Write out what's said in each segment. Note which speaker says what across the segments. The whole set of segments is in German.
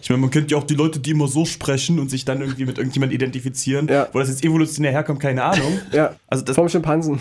Speaker 1: Ich meine, man kennt ja auch die Leute, die immer so sprechen und sich dann irgendwie mit irgendjemand identifizieren.
Speaker 2: Ja.
Speaker 1: Wo das jetzt evolutionär herkommt, keine Ahnung.
Speaker 2: Ja,
Speaker 1: Also das-
Speaker 2: vom Schimpansen.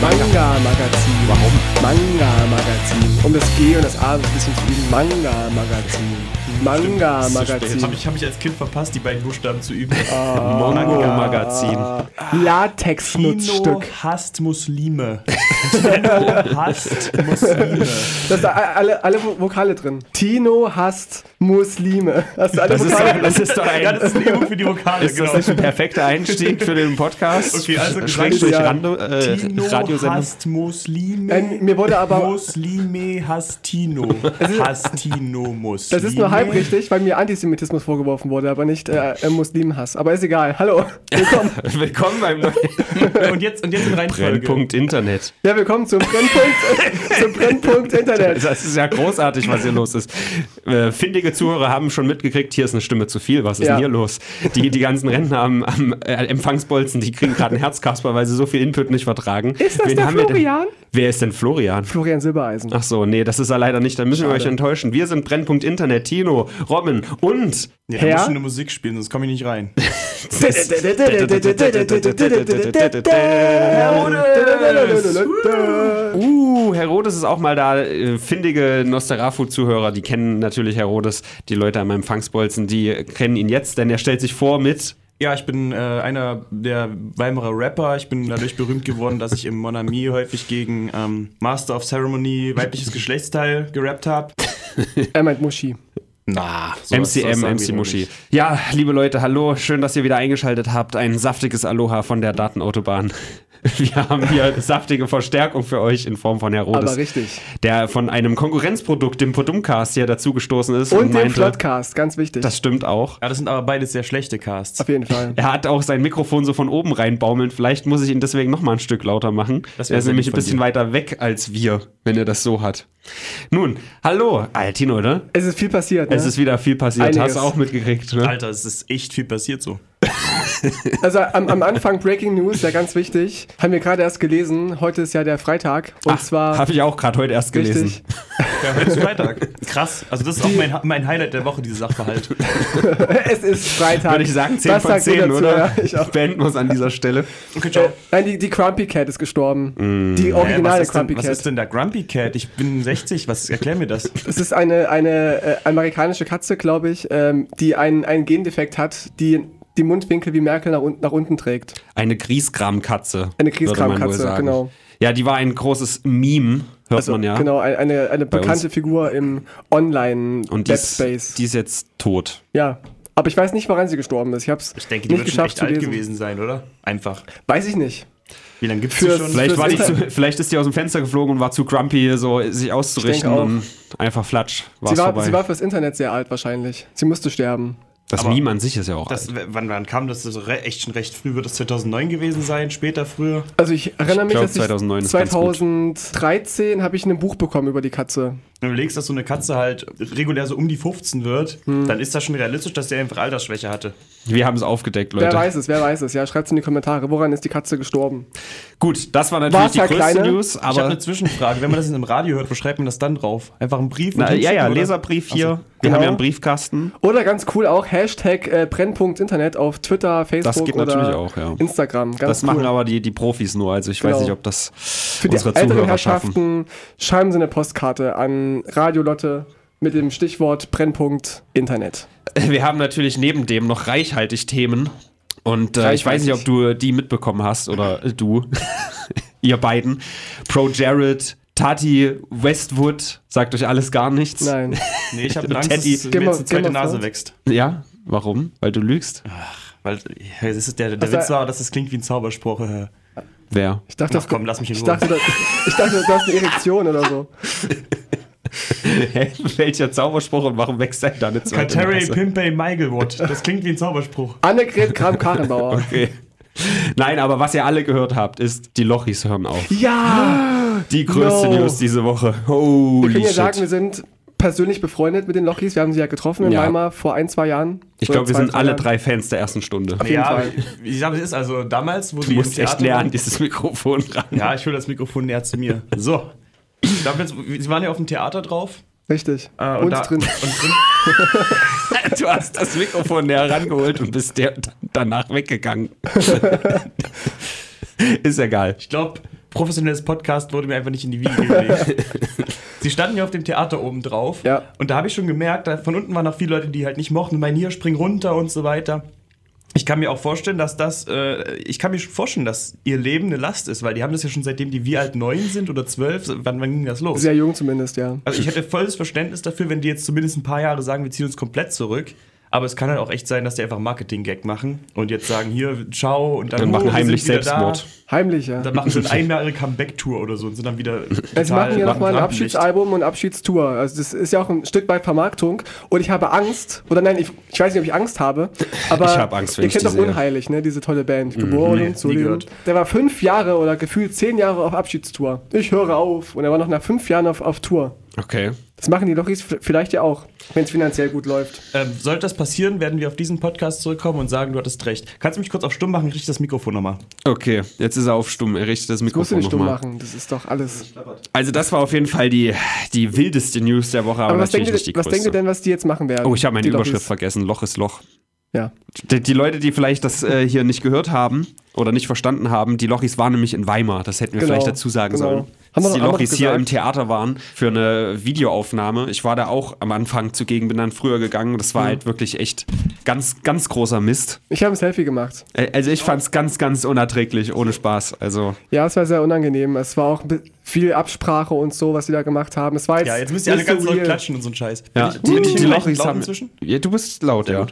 Speaker 2: Manga-Magazin. Warum? Manga-Magazin. Um das G und das A ein bisschen zu üben. Manga-Magazin.
Speaker 1: Jetzt habe
Speaker 2: Manga-Magazin.
Speaker 1: ich, hab ich als Kind verpasst, die beiden Buchstaben zu üben.
Speaker 2: Ah.
Speaker 3: Manga-Magazin.
Speaker 1: Kino
Speaker 2: Latex-Nutzstück.
Speaker 1: hasst Muslime. Kino hasst Muslime.
Speaker 2: Da sind alle, alle Vo- Vokale drin. Tino hasst Muslime. Hast du alle
Speaker 3: Das ist,
Speaker 2: Vokale
Speaker 3: doch, das ist doch ein,
Speaker 1: Ja, das ist eine Übung für die Vokale, genau.
Speaker 3: ist das nicht ein perfekter Einstieg für den Podcast?
Speaker 1: Okay, also gesagt,
Speaker 3: Schrägstrich
Speaker 2: ja.
Speaker 3: Rando, äh,
Speaker 1: Tino
Speaker 3: Radiosendung.
Speaker 1: hasst Muslime.
Speaker 2: Ähm, mir wurde aber-
Speaker 1: Muslime hasst Tino. Hasst Tino Muslime.
Speaker 2: Das ist nur halb richtig, weil mir Antisemitismus vorgevorfen wurde, aber nicht äh, äh, Muslimenhass. Aber ist egal. Hallo. Willkommen.
Speaker 3: Willkommen beim neuen
Speaker 1: Und jetzt, und jetzt in Reihenfolge.
Speaker 3: Brennpunkt Internet.
Speaker 2: Ja, willkommen zum Brennpunkt, zum Brennpunkt Internet.
Speaker 3: Das ist ja großartig, was hier los ist. Äh, findige Zuhörer haben schon mitgekriegt, hier ist eine Stimme zu viel. Was ist
Speaker 2: Ja.
Speaker 3: denn hier los? Die, die ganzen Rentner am, am äh, Empfangsbolzen, die kriegen gerade einen Herzkasper, weil sie so viel Input nicht vertragen.
Speaker 2: Ist das der
Speaker 3: wir
Speaker 2: Florian?
Speaker 3: Denn? Wer ist denn Florian?
Speaker 2: Florian Silbereisen.
Speaker 3: Ach so, nee, das ist er leider nicht. Da müssen wir euch enttäuschen. Wir sind Brennpunkt Internet, Tino, Robin und
Speaker 1: Ja,
Speaker 2: Herr?
Speaker 1: da muss schon eine Musik spielen, sonst komme ich nicht rein.
Speaker 3: Uh, Herodes ist auch mal da. Äh, Findige Nosterafu-Zuhörer, die kennen natürlich Herodes, die Leute am Empfangsbolzen, die kennen ihn jetzt, denn er stellt sich vor mit.
Speaker 1: Ja, ich bin äh, einer der Weimarer Rapper. Ich bin dadurch berühmt geworden, dass ich im Monami häufig gegen ähm, Master of Ceremony weibliches Geschlechtsteil gerappt habe.
Speaker 2: Er meint Muschi.
Speaker 1: Na, sowas- sowas
Speaker 3: MCM,
Speaker 1: sagen wir
Speaker 3: MC
Speaker 1: doch
Speaker 3: Muschi.
Speaker 1: nicht.
Speaker 3: Ja, liebe Leute, hallo, schön, dass ihr wieder eingeschaltet habt. Ein saftiges Aloha von der Datenautobahn. Wir haben hier saftige Verstärkung für euch in Form von Herodes.
Speaker 2: Aber richtig.
Speaker 3: Der von einem Konkurrenzprodukt, dem Podumcast, hier dazugestoßen ist und,
Speaker 2: Und den
Speaker 3: meinte,
Speaker 2: Flotcast, ganz wichtig.
Speaker 3: das stimmt auch.
Speaker 1: Ja, das sind aber beides sehr schlechte Casts.
Speaker 2: Auf jeden Fall.
Speaker 3: Er hat auch sein Mikrofon so von oben reinbaumeln. Vielleicht muss ich ihn deswegen noch mal ein Stück lauter machen.
Speaker 1: Das wär
Speaker 3: er ist
Speaker 1: sehr
Speaker 3: nämlich ein
Speaker 1: lieb von
Speaker 3: bisschen
Speaker 1: dir.
Speaker 3: weiter weg als wir, wenn er das so hat. Nun, hallo, Altino, ne?
Speaker 2: Es ist viel passiert. Ne?
Speaker 3: Es ist wieder viel passiert.
Speaker 2: Einiges.
Speaker 3: Hast du auch mitgekriegt, ne?
Speaker 1: Alter, es ist echt viel passiert so.
Speaker 2: also am, am Anfang Breaking News, ja ganz wichtig. Haben wir gerade erst gelesen. Heute ist ja der Freitag. Und zwar
Speaker 3: Habe ich auch gerade heute erst gelesen.
Speaker 2: richtig.
Speaker 1: Ja, heute ist Freitag. Krass. Also das ist auch mein, mein Highlight der Woche, dieses Sachverhalt.
Speaker 2: Es ist Freitag.
Speaker 3: Würde ich sagen, 10
Speaker 2: Was
Speaker 3: von
Speaker 2: sagt ihr
Speaker 3: 10,
Speaker 2: dazu?
Speaker 3: oder?
Speaker 2: Ja, ich auch.
Speaker 3: Beenden muss an dieser Stelle.
Speaker 1: Okay, ciao.
Speaker 2: Nein, die, die Crumpy Cat ist gestorben. Die
Speaker 1: Mm, Hä, was,
Speaker 2: originale
Speaker 1: ist
Speaker 2: Crumpy
Speaker 1: denn, was
Speaker 2: Cat.
Speaker 1: ist denn der Grumpy Cat? Ich bin 60, was erklär mir das?
Speaker 2: Es ist eine, eine äh, amerikanische Katze, glaube ich, ähm, die einen, einen Gendefekt hat, die die Mundwinkel wie Merkel nach, unten nach unten trägt.
Speaker 3: Eine Griesgramkatze.
Speaker 2: Eine
Speaker 3: würde man wohl
Speaker 2: Griesgramkatze,
Speaker 3: sagen.
Speaker 2: genau.
Speaker 3: Ja, die war ein großes Meme, hört man ja.
Speaker 2: Genau, ein- eine, eine bekannte Figur im
Speaker 3: Und die ist,
Speaker 2: Online-Webspace.
Speaker 3: die ist jetzt tot.
Speaker 2: Ja. Aber ich weiß nicht, woran sie gestorben ist. Ich habe es
Speaker 1: Ich denke, die
Speaker 2: nicht
Speaker 1: wird schon
Speaker 2: geschafft
Speaker 1: echt
Speaker 2: zu
Speaker 1: alt
Speaker 2: lesen.
Speaker 1: gewesen sein, oder? Einfach.
Speaker 2: Weiß ich nicht.
Speaker 1: Wie lange gibt's
Speaker 2: Fürs-
Speaker 1: die schon?
Speaker 3: Vielleicht,
Speaker 2: Fürs
Speaker 3: war die zu,
Speaker 2: Internet.
Speaker 3: vielleicht ist die aus dem Fenster geflogen und war zu grumpy, so sich auszurichten
Speaker 2: auch.
Speaker 3: und einfach flatsch. War's
Speaker 2: Sie war,
Speaker 3: vorbei.
Speaker 2: sie war fürs Internet sehr alt wahrscheinlich. Sie musste sterben.
Speaker 3: das
Speaker 1: aber-
Speaker 3: Meme an sich ist ja auch.
Speaker 1: Das, wann, wann kam das? das ist re- echt schon recht früh. Wird das 2009 gewesen sein? Später, früher?
Speaker 2: Also ich erinnere mich,
Speaker 3: glaub,
Speaker 2: dass ich
Speaker 3: 2009 ist ganz gut.
Speaker 2: 2013 habe ich ein Buch bekommen über die Katze.
Speaker 1: Wenn du überlegst, dass so eine Katze halt regulär so um die 15 wird,
Speaker 3: Hm.
Speaker 1: dann ist das schon realistisch, dass der einfach Altersschwäche hatte.
Speaker 3: wir haben es aufgedeckt,
Speaker 2: Wer
Speaker 3: Leute.
Speaker 2: weiß es, wer weiß es. Ja, schreibt es in die Kommentare. Woran ist die Katze gestorben?
Speaker 3: Gut, das war natürlich
Speaker 2: War's
Speaker 3: die
Speaker 2: ja
Speaker 3: größte
Speaker 2: kleine?
Speaker 3: News,
Speaker 1: ich habe eine
Speaker 3: aber.
Speaker 1: Zwischenfrage. Wenn man das in einem Radio hört, wo schreibt man das dann drauf? Einfach einen Brief?
Speaker 3: Na,
Speaker 1: und
Speaker 3: ja, ja,
Speaker 1: hinschicken, oder?
Speaker 3: Leserbrief hier.
Speaker 1: Ach so.
Speaker 3: Wir haben
Speaker 2: Genau.
Speaker 3: ja einen Briefkasten.
Speaker 2: Oder ganz cool auch Hashtag äh, Brennpunkt Internet auf Twitter, Facebook
Speaker 3: geht
Speaker 2: oder
Speaker 3: natürlich auch, ja.
Speaker 2: Instagram. Ganz
Speaker 3: Das
Speaker 2: cool.
Speaker 3: machen aber die, die Profis nur. Also ich weiß
Speaker 2: Genau.
Speaker 3: nicht, ob das
Speaker 2: Für die
Speaker 3: unsere
Speaker 2: älteren
Speaker 3: Zuhörer schaffen.
Speaker 2: Herrschaften schreiben sie eine Postkarte an Radio Lotte mit dem Stichwort Brennpunkt Internet.
Speaker 3: Wir haben natürlich neben dem noch reichhaltig Themen. Und äh, ich weiß nicht,
Speaker 2: Reichhaltig.
Speaker 3: ob du die mitbekommen hast oder äh, du, ihr beiden. Pro Jared, Tati, Westwood, sagt euch alles gar nichts.
Speaker 2: Nein.
Speaker 1: Nee, ich habe Angst,
Speaker 3: Teddy.
Speaker 1: dass
Speaker 2: Geh
Speaker 1: mir
Speaker 2: mal-
Speaker 1: jetzt eine
Speaker 2: geh
Speaker 1: zweite
Speaker 2: mal
Speaker 1: Nase
Speaker 2: vor.
Speaker 1: wächst.
Speaker 3: Ja, warum? Weil du lügst?
Speaker 1: Weil ja, das ist der, der
Speaker 2: Also-
Speaker 1: Witz war, dass das klingt wie ein Zauberspruch. äh.
Speaker 3: Wer?
Speaker 2: Ich dachte,
Speaker 1: Ach
Speaker 2: das-
Speaker 1: komm, lass mich in
Speaker 2: ich
Speaker 1: Ruhe.
Speaker 2: dachte, das, ich dachte, du hast eine Erektion oder so.
Speaker 3: Hä? Welcher Zauberspruch und warum wächst denn da eine zweite
Speaker 1: Kateri
Speaker 3: Nase?
Speaker 1: Pimpey Meigelwood. Das klingt wie ein Zauberspruch.
Speaker 2: Annegret Kram-Karrenbauer.
Speaker 3: Okay. Nein, aber was ihr alle gehört habt, ist, die Lochis hören auf.
Speaker 2: Ja!
Speaker 3: Die größte
Speaker 2: No.
Speaker 3: News diese Woche.
Speaker 2: Wir
Speaker 3: Holy
Speaker 2: können ja
Speaker 3: shit.
Speaker 2: sagen, wir sind persönlich befreundet mit den Lochis. Wir haben sie ja getroffen in
Speaker 3: Ja.
Speaker 2: Weimar vor ein, zwei Jahren.
Speaker 3: Ich
Speaker 2: Oder
Speaker 3: glaube, wir
Speaker 2: zwei,
Speaker 3: sind
Speaker 2: drei
Speaker 3: alle
Speaker 2: Jahren.
Speaker 3: drei Fans der ersten Stunde.
Speaker 2: jeden
Speaker 1: ja,
Speaker 2: Fall.
Speaker 1: wie- wie gesagt, es ist also damals, wo
Speaker 3: Du
Speaker 1: die
Speaker 3: musst
Speaker 1: im
Speaker 3: echt
Speaker 1: Theater
Speaker 3: lernen,
Speaker 1: waren-
Speaker 3: dieses Mikrofon ran.
Speaker 1: Ja, ich hole das Mikrofon näher zu mir. So. Damals, sie waren ja auf dem Theater drauf.
Speaker 2: Richtig.
Speaker 1: äh,
Speaker 2: und
Speaker 1: da-
Speaker 2: drin.
Speaker 1: Und drin.
Speaker 3: Du hast das Mikrofon näher rangeholt und bist der danach weggegangen. Ist egal.
Speaker 1: Ich glaube, professionelles Podcast wurde mir einfach nicht in die Wiege gelegt. Sie standen ja auf dem Theater oben drauf.
Speaker 2: Ja.
Speaker 1: Und da habe ich schon gemerkt, da von unten waren noch viele Leute, die halt nicht mochten, meinen hier, spring runter und so weiter. Ich kann mir auch vorstellen, dass das, äh, ich kann mir schon vorstellen, dass ihr Leben eine Last ist, weil die haben das ja schon seitdem die wir alt neun sind oder zwölf. Wann, wann ging das los?
Speaker 2: Sehr jung zumindest, ja.
Speaker 1: Also ich hätte volles Verständnis dafür, wenn die jetzt zumindest ein paar Jahre sagen, wir ziehen uns komplett zurück. Aber es kann halt auch echt sein, dass die einfach einen Marketing-Gag machen und jetzt sagen, hier, ciao und dann,
Speaker 3: Dann
Speaker 1: oh,
Speaker 3: machen
Speaker 1: wir sind
Speaker 3: heimlich
Speaker 1: wieder
Speaker 3: Selbstmord.
Speaker 2: Heimlich, ja.
Speaker 1: Da. Dann machen sie eine einjährige Comeback-Tour oder so und sind dann wieder.
Speaker 2: Jetzt machen wir nochmal ein
Speaker 1: Rampenlicht.
Speaker 2: Abschiedsalbum und Abschiedstour. Also das ist ja auch ein Stück weit Vermarktung. Und ich habe Angst, oder nein, ich, ich weiß nicht, ob ich Angst habe, aber
Speaker 3: Ich habe Angst, wenn
Speaker 2: ihr
Speaker 3: ich
Speaker 2: kennt
Speaker 3: die
Speaker 2: doch
Speaker 3: sehe. Mhm.
Speaker 2: Unheilig, ne, diese tolle Band. Geboren
Speaker 1: nee,
Speaker 2: und so.
Speaker 1: nie gehört.
Speaker 2: Der war fünf Jahre oder gefühlt zehn Jahre auf Abschiedstour. Ich höre auf. Und er war noch nach fünf Jahren auf, auf Tour.
Speaker 3: Okay.
Speaker 2: Das machen die Lochis v- vielleicht ja auch, wenn es finanziell gut läuft.
Speaker 1: Ähm, sollte das passieren, werden wir auf diesen Podcast zurückkommen und sagen, du hattest recht. Kannst du mich kurz auf stumm machen? Ich richte das Mikrofon nochmal.
Speaker 3: Okay, jetzt ist er auf stumm. Er richtet das
Speaker 2: Musst du
Speaker 3: Mikrofon
Speaker 2: nicht dumm
Speaker 3: nochmal.
Speaker 2: machen, das ist doch alles.
Speaker 3: Also das war auf jeden Fall die, die wildeste News der Woche, aber,
Speaker 2: Aber was denkt,
Speaker 3: natürlich
Speaker 2: ihr,
Speaker 3: nicht die
Speaker 2: was denkt
Speaker 3: größte.
Speaker 2: ihr denn, was die jetzt machen werden?
Speaker 3: Oh, ich habe meine
Speaker 2: die Lochis?
Speaker 3: Überschrift vergessen. Loch ist Loch.
Speaker 2: Ja.
Speaker 3: Die, die Leute, die vielleicht das äh, hier nicht gehört haben oder nicht verstanden haben, die Lochis waren nämlich in Weimar. Das hätten wir
Speaker 2: Genau,
Speaker 3: vielleicht dazu sagen
Speaker 2: genau.
Speaker 3: sollen.
Speaker 2: Haben wir
Speaker 3: dass
Speaker 2: doch-
Speaker 3: die
Speaker 2: haben wir
Speaker 3: Lochis
Speaker 2: doch
Speaker 3: hier
Speaker 2: gesagt.
Speaker 3: im Theater waren für eine Videoaufnahme. Ich war da auch am Anfang zugegen, bin dann früher gegangen. Das war
Speaker 1: Mhm.
Speaker 3: halt wirklich echt ganz, ganz großer Mist.
Speaker 2: Ich habe ein Selfie gemacht.
Speaker 3: Äh, Also ich fand es ganz, ganz unerträglich, ohne Spaß. Also
Speaker 2: Ja, es war sehr unangenehm. Es war auch bi- viel Absprache und so, was sie da gemacht haben. Es war jetzt
Speaker 1: Ja, jetzt müsst ihr alle
Speaker 2: nicht so
Speaker 1: ganz laut
Speaker 2: real.
Speaker 1: klatschen und so einen Scheiß.
Speaker 3: ja,
Speaker 1: Bin ich- bin ich im gleichen Laut inzwischen?
Speaker 3: Ja, du bist laut, ja.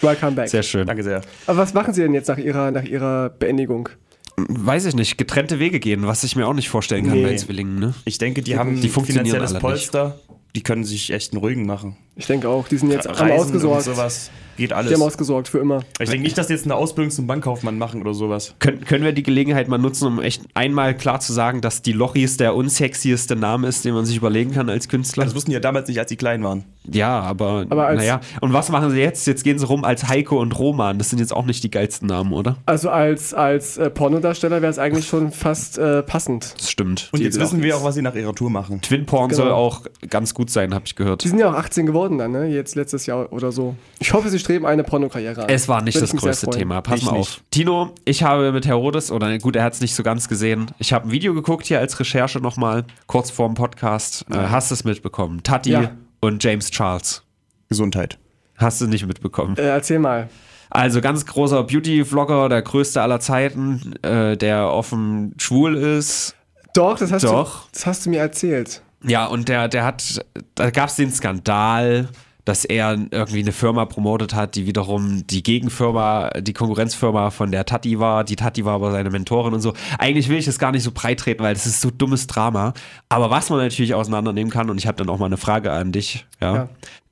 Speaker 2: Welcome back.
Speaker 3: Sehr schön.
Speaker 1: Danke sehr.
Speaker 2: Aber was machen sie denn jetzt nach ihrer, nach ihrer Beendigung?
Speaker 3: Weiß ich nicht, getrennte Wege gehen, was ich mir auch nicht vorstellen kann
Speaker 1: Nee.
Speaker 3: bei Zwillingen, ne?
Speaker 1: Ich denke, die haben
Speaker 3: Die
Speaker 1: ein
Speaker 3: funktionieren
Speaker 1: finanzielles
Speaker 3: alle nicht.
Speaker 1: Polster. Die können sich echt einen ruhigen machen.
Speaker 2: Ich denke auch, die sind jetzt haben
Speaker 1: Reisen
Speaker 2: ausgesorgt.
Speaker 1: und sowas. Geht
Speaker 2: Die
Speaker 1: alles.
Speaker 2: haben ausgesorgt für immer.
Speaker 1: Ich denke nicht, dass die jetzt eine Ausbildung zum Bankkaufmann machen oder sowas.
Speaker 3: Können, können wir die Gelegenheit mal nutzen, um echt einmal klar zu sagen, dass die Lochis der unsexieste Name ist, den man sich überlegen kann als Künstler?
Speaker 1: Das wussten die ja damals nicht, als sie klein waren.
Speaker 3: ja, aber,
Speaker 2: Aber als-
Speaker 3: naja. Und was machen sie jetzt? Jetzt gehen sie rum als Heiko und Roman. Das sind jetzt auch nicht die geilsten Namen, oder?
Speaker 2: Also als, als äh, Pornodarsteller wäre es eigentlich schon fast äh, passend.
Speaker 3: Das stimmt.
Speaker 1: Und
Speaker 3: Die
Speaker 1: jetzt wissen wir auch, was sie nach ihrer Tour machen.
Speaker 3: Twin Porn
Speaker 2: Genau.
Speaker 3: soll auch ganz gut sein, habe ich gehört.
Speaker 2: Die sind ja auch 18 geworden dann, ne? Jetzt letztes Jahr oder so. Ich hoffe, sie streben eine Pornokarriere an.
Speaker 3: Es war nicht
Speaker 2: Würde
Speaker 3: das
Speaker 2: ich mich sehr
Speaker 3: größte
Speaker 2: freuen.
Speaker 3: Thema. Pass
Speaker 1: Ich
Speaker 3: mal auf. Tino, ich habe mit Herodes, oder gut, er hat es nicht so ganz gesehen. Ich habe ein Video geguckt hier als Recherche nochmal, kurz vorm Podcast. Äh, hast du es mitbekommen? Tati
Speaker 2: Ja.
Speaker 3: und James Charles.
Speaker 1: Gesundheit.
Speaker 3: Hast du nicht mitbekommen.
Speaker 2: Äh, erzähl mal.
Speaker 3: Also ganz großer Beauty-Vlogger, der größte aller Zeiten, äh, der offen schwul ist.
Speaker 2: Doch, das hast,
Speaker 3: Doch.
Speaker 2: Du, das hast du mir erzählt.
Speaker 3: Ja, und der, der hat, da gab es den Skandal, dass er irgendwie eine Firma promotet hat, die wiederum die Gegenfirma, die Konkurrenzfirma von der Tati war. Die Tati war aber seine Mentorin und so. Eigentlich will ich das gar nicht so breit treten, weil das ist so dummes Drama. Aber was man natürlich auseinandernehmen kann, und ich habe dann auch mal eine Frage an dich, ja.
Speaker 2: Ja.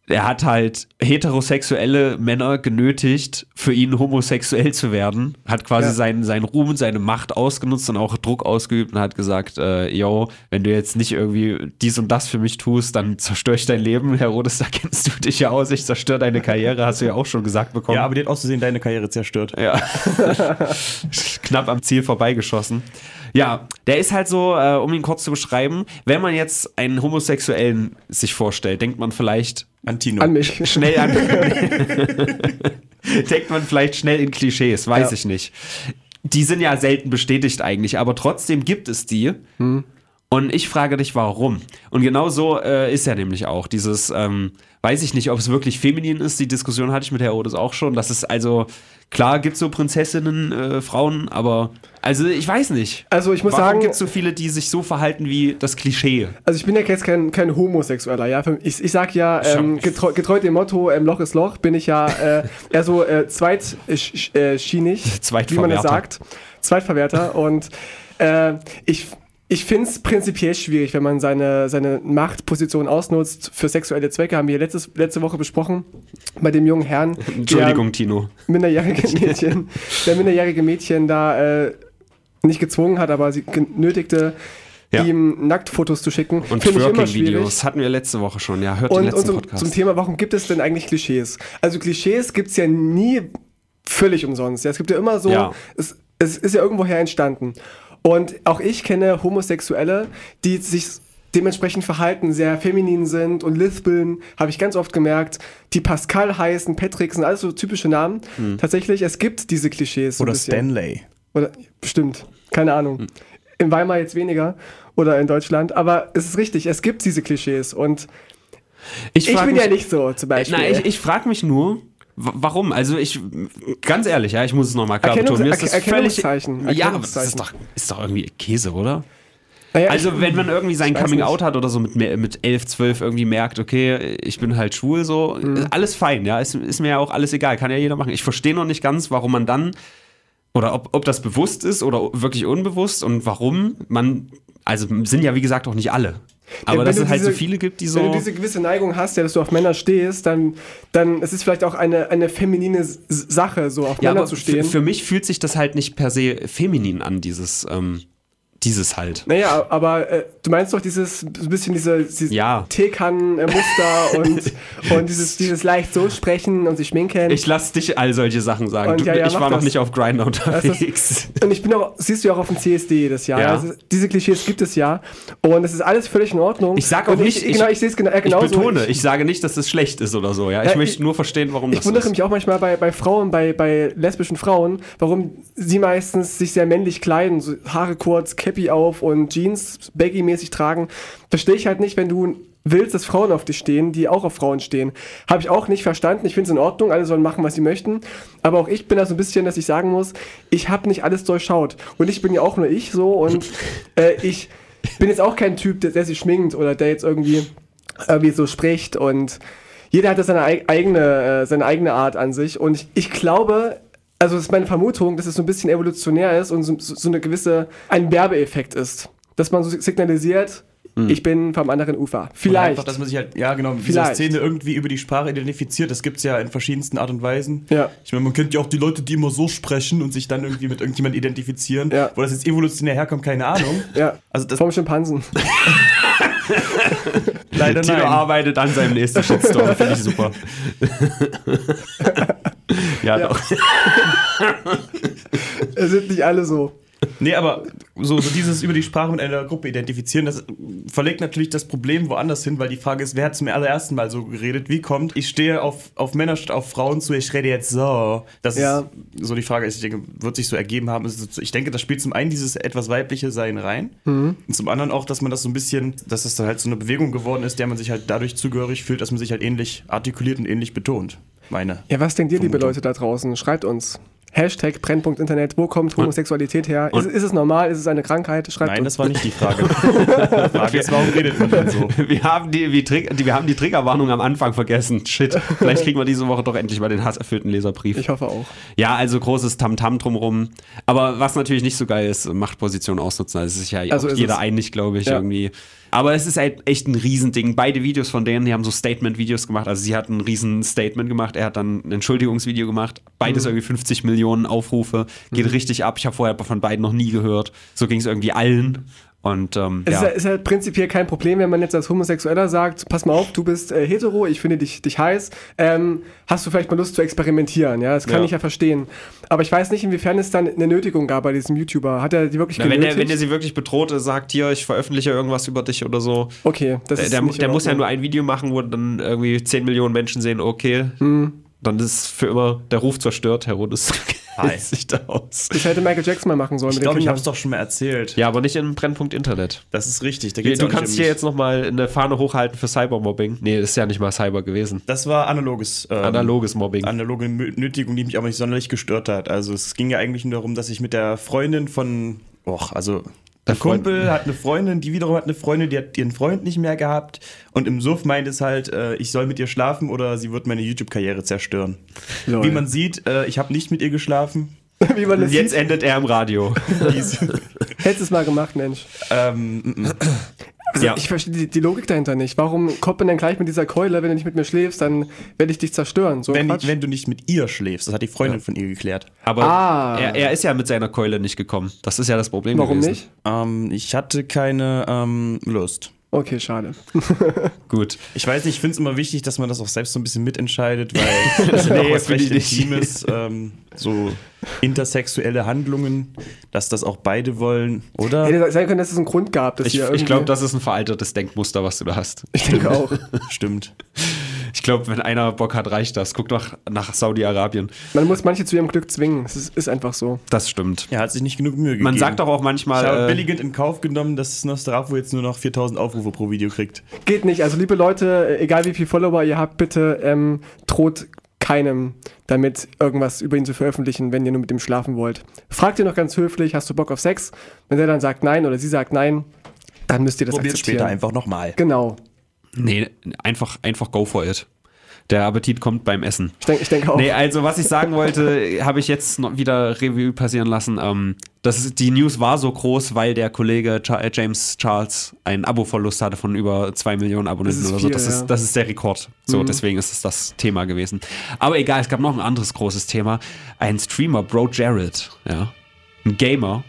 Speaker 3: Er hat halt heterosexuelle Männer genötigt, für ihn homosexuell zu werden, hat quasi
Speaker 2: Ja.
Speaker 3: seinen, seinen Ruhm und seine Macht ausgenutzt und auch Druck ausgeübt und hat gesagt, äh, yo, wenn du jetzt nicht irgendwie dies und das für mich tust, dann zerstöre ich dein Leben. Herodes, da kennst du dich ja aus, ich zerstöre deine Karriere, hast du ja auch schon gesagt bekommen.
Speaker 1: Ja, aber die hat auszusehen deine Karriere zerstört.
Speaker 3: Ja. Knapp am Ziel vorbeigeschossen. Ja, der ist halt so, äh, um ihn kurz zu beschreiben, wenn man jetzt einen Homosexuellen sich vorstellt, denkt man vielleicht
Speaker 1: Antino.
Speaker 2: An mich.
Speaker 3: schnell an. denkt man vielleicht schnell in Klischees, weiß
Speaker 2: Ja.
Speaker 3: ich nicht. Die sind ja selten bestätigt eigentlich, aber trotzdem gibt es die.
Speaker 2: Hm.
Speaker 3: Und ich frage dich, warum? Und genau so äh, ist ja nämlich auch dieses, ähm, weiß ich nicht, ob es wirklich feminin ist, die Diskussion hatte ich mit Herodes auch schon, dass es also, klar gibt es so Prinzessinnen, äh, Frauen, aber, also ich weiß nicht.
Speaker 2: Also ich muss
Speaker 3: Warum
Speaker 2: sagen,
Speaker 3: gibt es so viele, die sich so verhalten wie das Klischee?
Speaker 2: Also ich bin ja jetzt kein, kein Homosexueller, ja. Für- Ich, ich sag ja, ähm,
Speaker 3: Schon.
Speaker 2: getreu, getreu dem Motto, ähm, Loch ist Loch, bin ich ja äh, eher so äh, zweitschienig, äh, schienig, wie man das
Speaker 3: Zweitverwerter.
Speaker 2: sagt. Zweitverwerter. Und äh, ich, ich finde es prinzipiell schwierig, wenn man seine, seine Machtposition ausnutzt für sexuelle Zwecke, haben wir letztes, letzte Woche besprochen, bei dem jungen Herrn. der-
Speaker 3: Entschuldigung, Tino.
Speaker 2: minderjährige Mädchen, der minderjährige Mädchen da äh, nicht gezwungen hat, aber sie genötigte,
Speaker 3: Ja.
Speaker 2: ihm Nacktfotos zu schicken.
Speaker 3: Und
Speaker 2: Finde ich immer schwierig.
Speaker 3: Twerking-Videos hatten wir letzte Woche schon. Ja, hört den
Speaker 2: Und, und
Speaker 3: letzten
Speaker 2: zum,
Speaker 3: Podcast.
Speaker 2: zum Thema, warum gibt es denn eigentlich Klischees? Also Klischees gibt es ja nie völlig umsonst. Ja, es gibt ja immer so,
Speaker 3: Ja.
Speaker 2: Es, es ist ja irgendwoher entstanden. Und auch ich kenne Homosexuelle, die sich dementsprechend verhalten, sehr feminin sind und lispeln, habe ich ganz oft gemerkt. Die Pascal heißen, Patrick sind alles so typische Namen.
Speaker 3: Hm.
Speaker 2: Tatsächlich, es gibt diese Klischees. so ein
Speaker 1: Oder
Speaker 2: bisschen.
Speaker 1: Stanley.
Speaker 2: Oder bestimmt, keine Ahnung.
Speaker 3: Hm.
Speaker 2: In Weimar jetzt weniger oder in Deutschland, aber es ist richtig, es gibt diese Klischees und ich,
Speaker 3: frag
Speaker 2: bin
Speaker 3: mich- Äh,
Speaker 2: ja nicht so zum Beispiel.
Speaker 3: Nein, ich, ich frage mich nur, wa- warum? Also ich, ganz ehrlich, ja, ich muss es nochmal klar
Speaker 2: Erkennungs-
Speaker 3: betonen. Mir ist
Speaker 2: Er-
Speaker 3: das völlig,
Speaker 2: Erkennungszeichen,
Speaker 3: Ja, aber das ist doch,
Speaker 2: Erkennungszeichen.
Speaker 3: ist doch irgendwie Käse, oder?
Speaker 2: naja,
Speaker 3: Also wenn man irgendwie sein
Speaker 2: weiß
Speaker 3: Coming
Speaker 2: nicht.
Speaker 3: Out hat oder so mit, mehr- mit 11, 12 irgendwie merkt, okay, ich bin halt schwul, so,
Speaker 2: Mhm.
Speaker 3: alles fein, ja, ist, ist mir ja auch alles egal, kann ja jeder machen. Ich verstehe noch nicht ganz, warum man dann, oder ob, ob das bewusst ist oder wirklich unbewusst und warum man, also sind ja wie gesagt auch nicht alle. Aber
Speaker 2: wenn
Speaker 3: dass
Speaker 2: du
Speaker 3: es halt so
Speaker 2: diese-
Speaker 3: viele gibt, die
Speaker 2: Wenn du
Speaker 3: so...
Speaker 2: diese gewisse Neigung hast, ja, dass du auf Männer stehst, dann, dann es ist vielleicht auch eine, eine feminine S- Sache, so auf
Speaker 3: Ja,
Speaker 2: Männer
Speaker 3: aber
Speaker 2: zu stehen.
Speaker 3: Für, für mich fühlt sich das halt nicht per se feminin an, dieses, ähm, dieses halt.
Speaker 2: naja, aber äh, du meinst doch dieses so ein bisschen diese, dieses
Speaker 3: Ja.
Speaker 2: Teekannen-Muster und, und dieses, dieses leicht so sprechen und sich schminken.
Speaker 3: Ich lass dich all solche Sachen sagen.
Speaker 2: Und
Speaker 3: du,
Speaker 2: ja, ja,
Speaker 3: ich
Speaker 2: mach
Speaker 3: war noch
Speaker 2: das.
Speaker 3: nicht auf Grindr
Speaker 2: Das
Speaker 3: unterwegs.
Speaker 2: ist, und ich bin auch, siehst du ja auch auf dem CSD jedes Jahr.
Speaker 3: Ja.
Speaker 2: Also diese Klischees gibt es ja. Und es ist alles völlig in Ordnung.
Speaker 3: Ich sag auch
Speaker 2: und
Speaker 3: nicht,
Speaker 2: ich, genau, ich sehe es genau, äh,
Speaker 3: ich
Speaker 2: genauso.
Speaker 3: betone, ich, sage nicht, dass es schlecht ist oder so. Ja, ich
Speaker 2: Ja,
Speaker 3: möchte
Speaker 2: ich-
Speaker 3: nur verstehen, warum
Speaker 2: Ich
Speaker 3: das
Speaker 2: wundere
Speaker 3: ist.
Speaker 2: mich auch manchmal bei, bei Frauen, bei, bei lesbischen Frauen, warum sie meistens sich sehr männlich kleiden, so Haare kurz, Cappy auf und Jeans baggy-mäßig tragen. Verstehe ich halt nicht, wenn du willst, dass Frauen auf dich stehen, die auch auf Frauen stehen. Habe ich auch nicht verstanden. Ich finde es in Ordnung, alle sollen machen, was sie möchten. Aber auch ich bin da so ein bisschen, dass ich sagen muss, ich habe nicht alles durchschaut. Und ich bin ja auch nur ich so und äh, ich bin jetzt auch kein Typ, der, der sich schminkt oder der jetzt irgendwie irgendwie so spricht und jeder hat da seine eig- eigene, äh, seine eigene Art an sich und ich, ich glaube, also das ist meine Vermutung, dass es so ein bisschen evolutionär ist und so, so so eine gewisse, ein Werbeeffekt ist, dass man so signalisiert, ich bin vom anderen Ufer.
Speaker 1: Oder
Speaker 2: Vielleicht.
Speaker 1: Hm. Einfach, dass man sich halt, ja genau, mit dieser
Speaker 2: Vielleicht.
Speaker 1: Szene irgendwie über die Sprache identifiziert. Das gibt es ja in verschiedensten Art und Weisen.
Speaker 2: Ja.
Speaker 1: Ich meine, man kennt ja auch die Leute, die immer so sprechen und sich dann irgendwie mit irgendjemand identifizieren.
Speaker 2: Ja.
Speaker 1: Wo das jetzt evolutionär herkommt, keine Ahnung.
Speaker 2: ja.
Speaker 1: Also das
Speaker 2: Vom Schimpansen.
Speaker 1: leider
Speaker 3: Tino
Speaker 1: nein.
Speaker 3: arbeitet an seinem nächsten Shitstorm, finde ich super. ja,
Speaker 2: Ja.
Speaker 3: doch.
Speaker 2: Es sind nicht alle so.
Speaker 1: Nee, aber so, so dieses über die Sprache mit einer Gruppe identifizieren, das verlegt natürlich das Problem woanders hin, weil die Frage ist, wer hat zum allerersten Mal so geredet? Wie kommt, ich stehe auf, auf Männer statt auf Frauen zu, ich rede jetzt so. Das
Speaker 2: Ja.
Speaker 1: ist so die Frage, ist, ich denke, wird sich so ergeben haben. Es ist so- Ich denke, das spielt zum einen dieses etwas weibliche Sein rein
Speaker 2: Mhm.
Speaker 1: und zum anderen auch, dass man das so ein bisschen, dass das dann halt so eine Bewegung geworden ist, der man sich halt dadurch zugehörig fühlt, dass man sich halt ähnlich artikuliert und ähnlich betont. Meine.
Speaker 2: Ja, was denkt ihr, liebe Leute da draußen? Schreibt uns. Hashtag Brennpunkt Internet, wo kommt Homosexualität her? Ist, ist es normal? Ist es eine Krankheit? Schreibt
Speaker 1: Nein,
Speaker 2: uns.
Speaker 1: das war nicht die Frage. die Frage ist, warum redet man denn so?
Speaker 3: Wir haben die, wie Trick, die, wir haben die Triggerwarnung am Anfang vergessen. Shit. Vielleicht kriegen wir diese Woche doch endlich mal den hasserfüllten Leserbrief.
Speaker 2: Ich hoffe auch.
Speaker 3: Ja, also großes Tamtam drumrum. Aber was natürlich nicht so geil ist, Machtposition ausnutzen. Also es ist ja
Speaker 2: Also
Speaker 3: auch
Speaker 2: ist
Speaker 3: jeder
Speaker 2: es.
Speaker 3: einig, glaube ich,
Speaker 2: Ja.
Speaker 3: irgendwie. Aber es ist halt echt ein Riesending. Beide Videos von denen, die haben so Statement-Videos gemacht. Also sie hat ein riesen Statement gemacht, er hat dann ein Entschuldigungsvideo gemacht. Beides
Speaker 2: Mhm.
Speaker 3: irgendwie 50 Millionen Aufrufe. Geht richtig ab. Ich habe vorher von beiden noch nie gehört. So ging es irgendwie allen. Und ähm,
Speaker 2: Es
Speaker 3: ja.
Speaker 2: ist, halt, ist halt prinzipiell kein Problem, wenn man jetzt als Homosexueller sagt, pass mal auf, du bist äh, hetero, ich finde dich, dich heiß, ähm, hast du vielleicht mal Lust zu experimentieren, ja, das kann
Speaker 3: Ja.
Speaker 2: ich ja verstehen. Aber ich weiß nicht, inwiefern es dann eine Nötigung gab bei diesem YouTuber. Hat er die wirklich
Speaker 3: Na, wenn,
Speaker 2: genötigt?
Speaker 3: der, wenn der sie wirklich bedroht, äh, sagt hier, ich veröffentliche irgendwas über dich oder so.
Speaker 2: okay, das ist
Speaker 3: Der, Äh, der,
Speaker 2: nicht in
Speaker 3: der muss ja
Speaker 2: Ordnung.
Speaker 3: nur ein Video machen, wo dann irgendwie 10 Millionen Menschen sehen, okay,
Speaker 2: Hm.
Speaker 3: dann ist für immer der Ruf zerstört, Herodes
Speaker 1: Hi.
Speaker 3: kennt sich da aus.
Speaker 2: Das hätte Michael Jackson mal machen sollen
Speaker 1: Ich
Speaker 2: mit
Speaker 1: glaube,
Speaker 2: den
Speaker 1: ich
Speaker 2: Kindern.
Speaker 1: habe es doch schon mal erzählt.
Speaker 3: Ja, aber nicht im Brennpunkt Internet.
Speaker 1: Das ist richtig. Da
Speaker 3: Du
Speaker 1: geht's ja auch nicht
Speaker 3: kannst
Speaker 1: um
Speaker 3: hier
Speaker 1: mich.
Speaker 3: jetzt nochmal eine Fahne hochhalten für Cybermobbing. Nee, das ist ja nicht mal Cyber gewesen.
Speaker 1: Das war analoges. ähm,
Speaker 3: Analoges Mobbing.
Speaker 1: Analoge Mö- Nötigung, die mich aber nicht sonderlich gestört hat. Also es ging ja eigentlich nur darum, dass ich mit der Freundin von, och, also ein
Speaker 3: Freund-
Speaker 1: Kumpel hat eine Freundin, die wiederum hat eine Freundin, die hat ihren Freund nicht mehr gehabt und im Suff meint es halt, äh, ich soll mit ihr schlafen oder sie wird meine YouTube-Karriere zerstören.
Speaker 2: Lol.
Speaker 1: Wie man sieht, äh, ich habe nicht mit ihr geschlafen.
Speaker 2: Wie man das
Speaker 3: Jetzt
Speaker 2: sieht,
Speaker 3: endet er im Radio.
Speaker 1: Die ist-
Speaker 2: hättest du es mal gemacht, Mensch.
Speaker 1: ähm, mm, mm.
Speaker 2: Also
Speaker 3: Ja.
Speaker 2: ich verstehe die, die Logik dahinter nicht. Warum kommt man denn gleich mit dieser Keule, wenn du nicht mit mir schläfst, dann werde ich dich zerstören. So
Speaker 1: Wenn,
Speaker 2: Quatsch.
Speaker 1: wenn du nicht mit ihr schläfst, das hat die Freundin von ihr geklärt.
Speaker 3: Aber
Speaker 2: Ah.
Speaker 3: er, er ist ja mit seiner Keule nicht gekommen. Das ist ja das Problem
Speaker 2: Warum
Speaker 3: gewesen.
Speaker 2: nicht?
Speaker 1: Ähm, ich hatte keine ähm, Lust.
Speaker 3: ne?
Speaker 2: Okay, schade.
Speaker 3: Gut.
Speaker 1: Ich weiß nicht, ich finde es immer wichtig, dass man das auch selbst so ein bisschen mitentscheidet, weil das
Speaker 3: Nee,
Speaker 1: nee, auch was
Speaker 3: find
Speaker 1: recht
Speaker 3: ich nicht.
Speaker 1: Intimes, ähm, so intersexuelle Handlungen, dass das auch beide wollen, oder?
Speaker 2: Hätte sein können, dass es einen Grund gab, dass
Speaker 3: Ich,
Speaker 2: ihr irgendwie-
Speaker 3: ich glaube, das ist ein veraltetes Denkmuster, was du da hast.
Speaker 2: Ich denke auch.
Speaker 1: Stimmt.
Speaker 3: Ich glaube, wenn einer Bock hat, reicht das. Guck doch nach Saudi-Arabien.
Speaker 2: Man muss manche zu ihrem Glück zwingen. Es ist, ist einfach so.
Speaker 3: Das stimmt.
Speaker 1: Er hat sich nicht genug Mühe gegeben.
Speaker 3: Man sagt doch
Speaker 1: Ich
Speaker 3: auch
Speaker 1: habe
Speaker 3: manchmal. Äh,
Speaker 1: billigend in Kauf genommen, dass Nostrafo jetzt nur noch 4000 Aufrufe pro Video kriegt.
Speaker 2: Geht nicht. Also liebe Leute, äh, egal wie viel Follower ihr habt, bitte ähm, droht keinem damit, irgendwas über ihn zu veröffentlichen, wenn ihr nur mit ihm schlafen wollt. Fragt ihr noch ganz höflich, hast du Bock auf Sex? Wenn der dann sagt nein oder sie sagt nein, dann müsst ihr das
Speaker 1: Probiert
Speaker 2: akzeptieren.
Speaker 1: später einfach nochmal.
Speaker 2: Genau.
Speaker 3: nee, einfach, einfach go for it. Der Appetit kommt beim Essen.
Speaker 2: Ich denke ich denke auch.
Speaker 3: Nee, also was ich sagen wollte, habe ich jetzt noch wieder Revue passieren lassen. Ähm, das ist, die News war so groß, weil der Kollege Cha äh, James Charles einen Abo-Verlust hatte von über zwei Millionen Abonnenten
Speaker 2: Das ist
Speaker 3: oder so.
Speaker 2: viel,
Speaker 3: Das,
Speaker 2: ja. Mhm.
Speaker 3: ist, das ist der Rekord. So, deswegen ist es das Thema gewesen. Aber egal, es gab noch ein anderes großes Thema. Ein Streamer, Bro Jared, ja. Ein Gamer.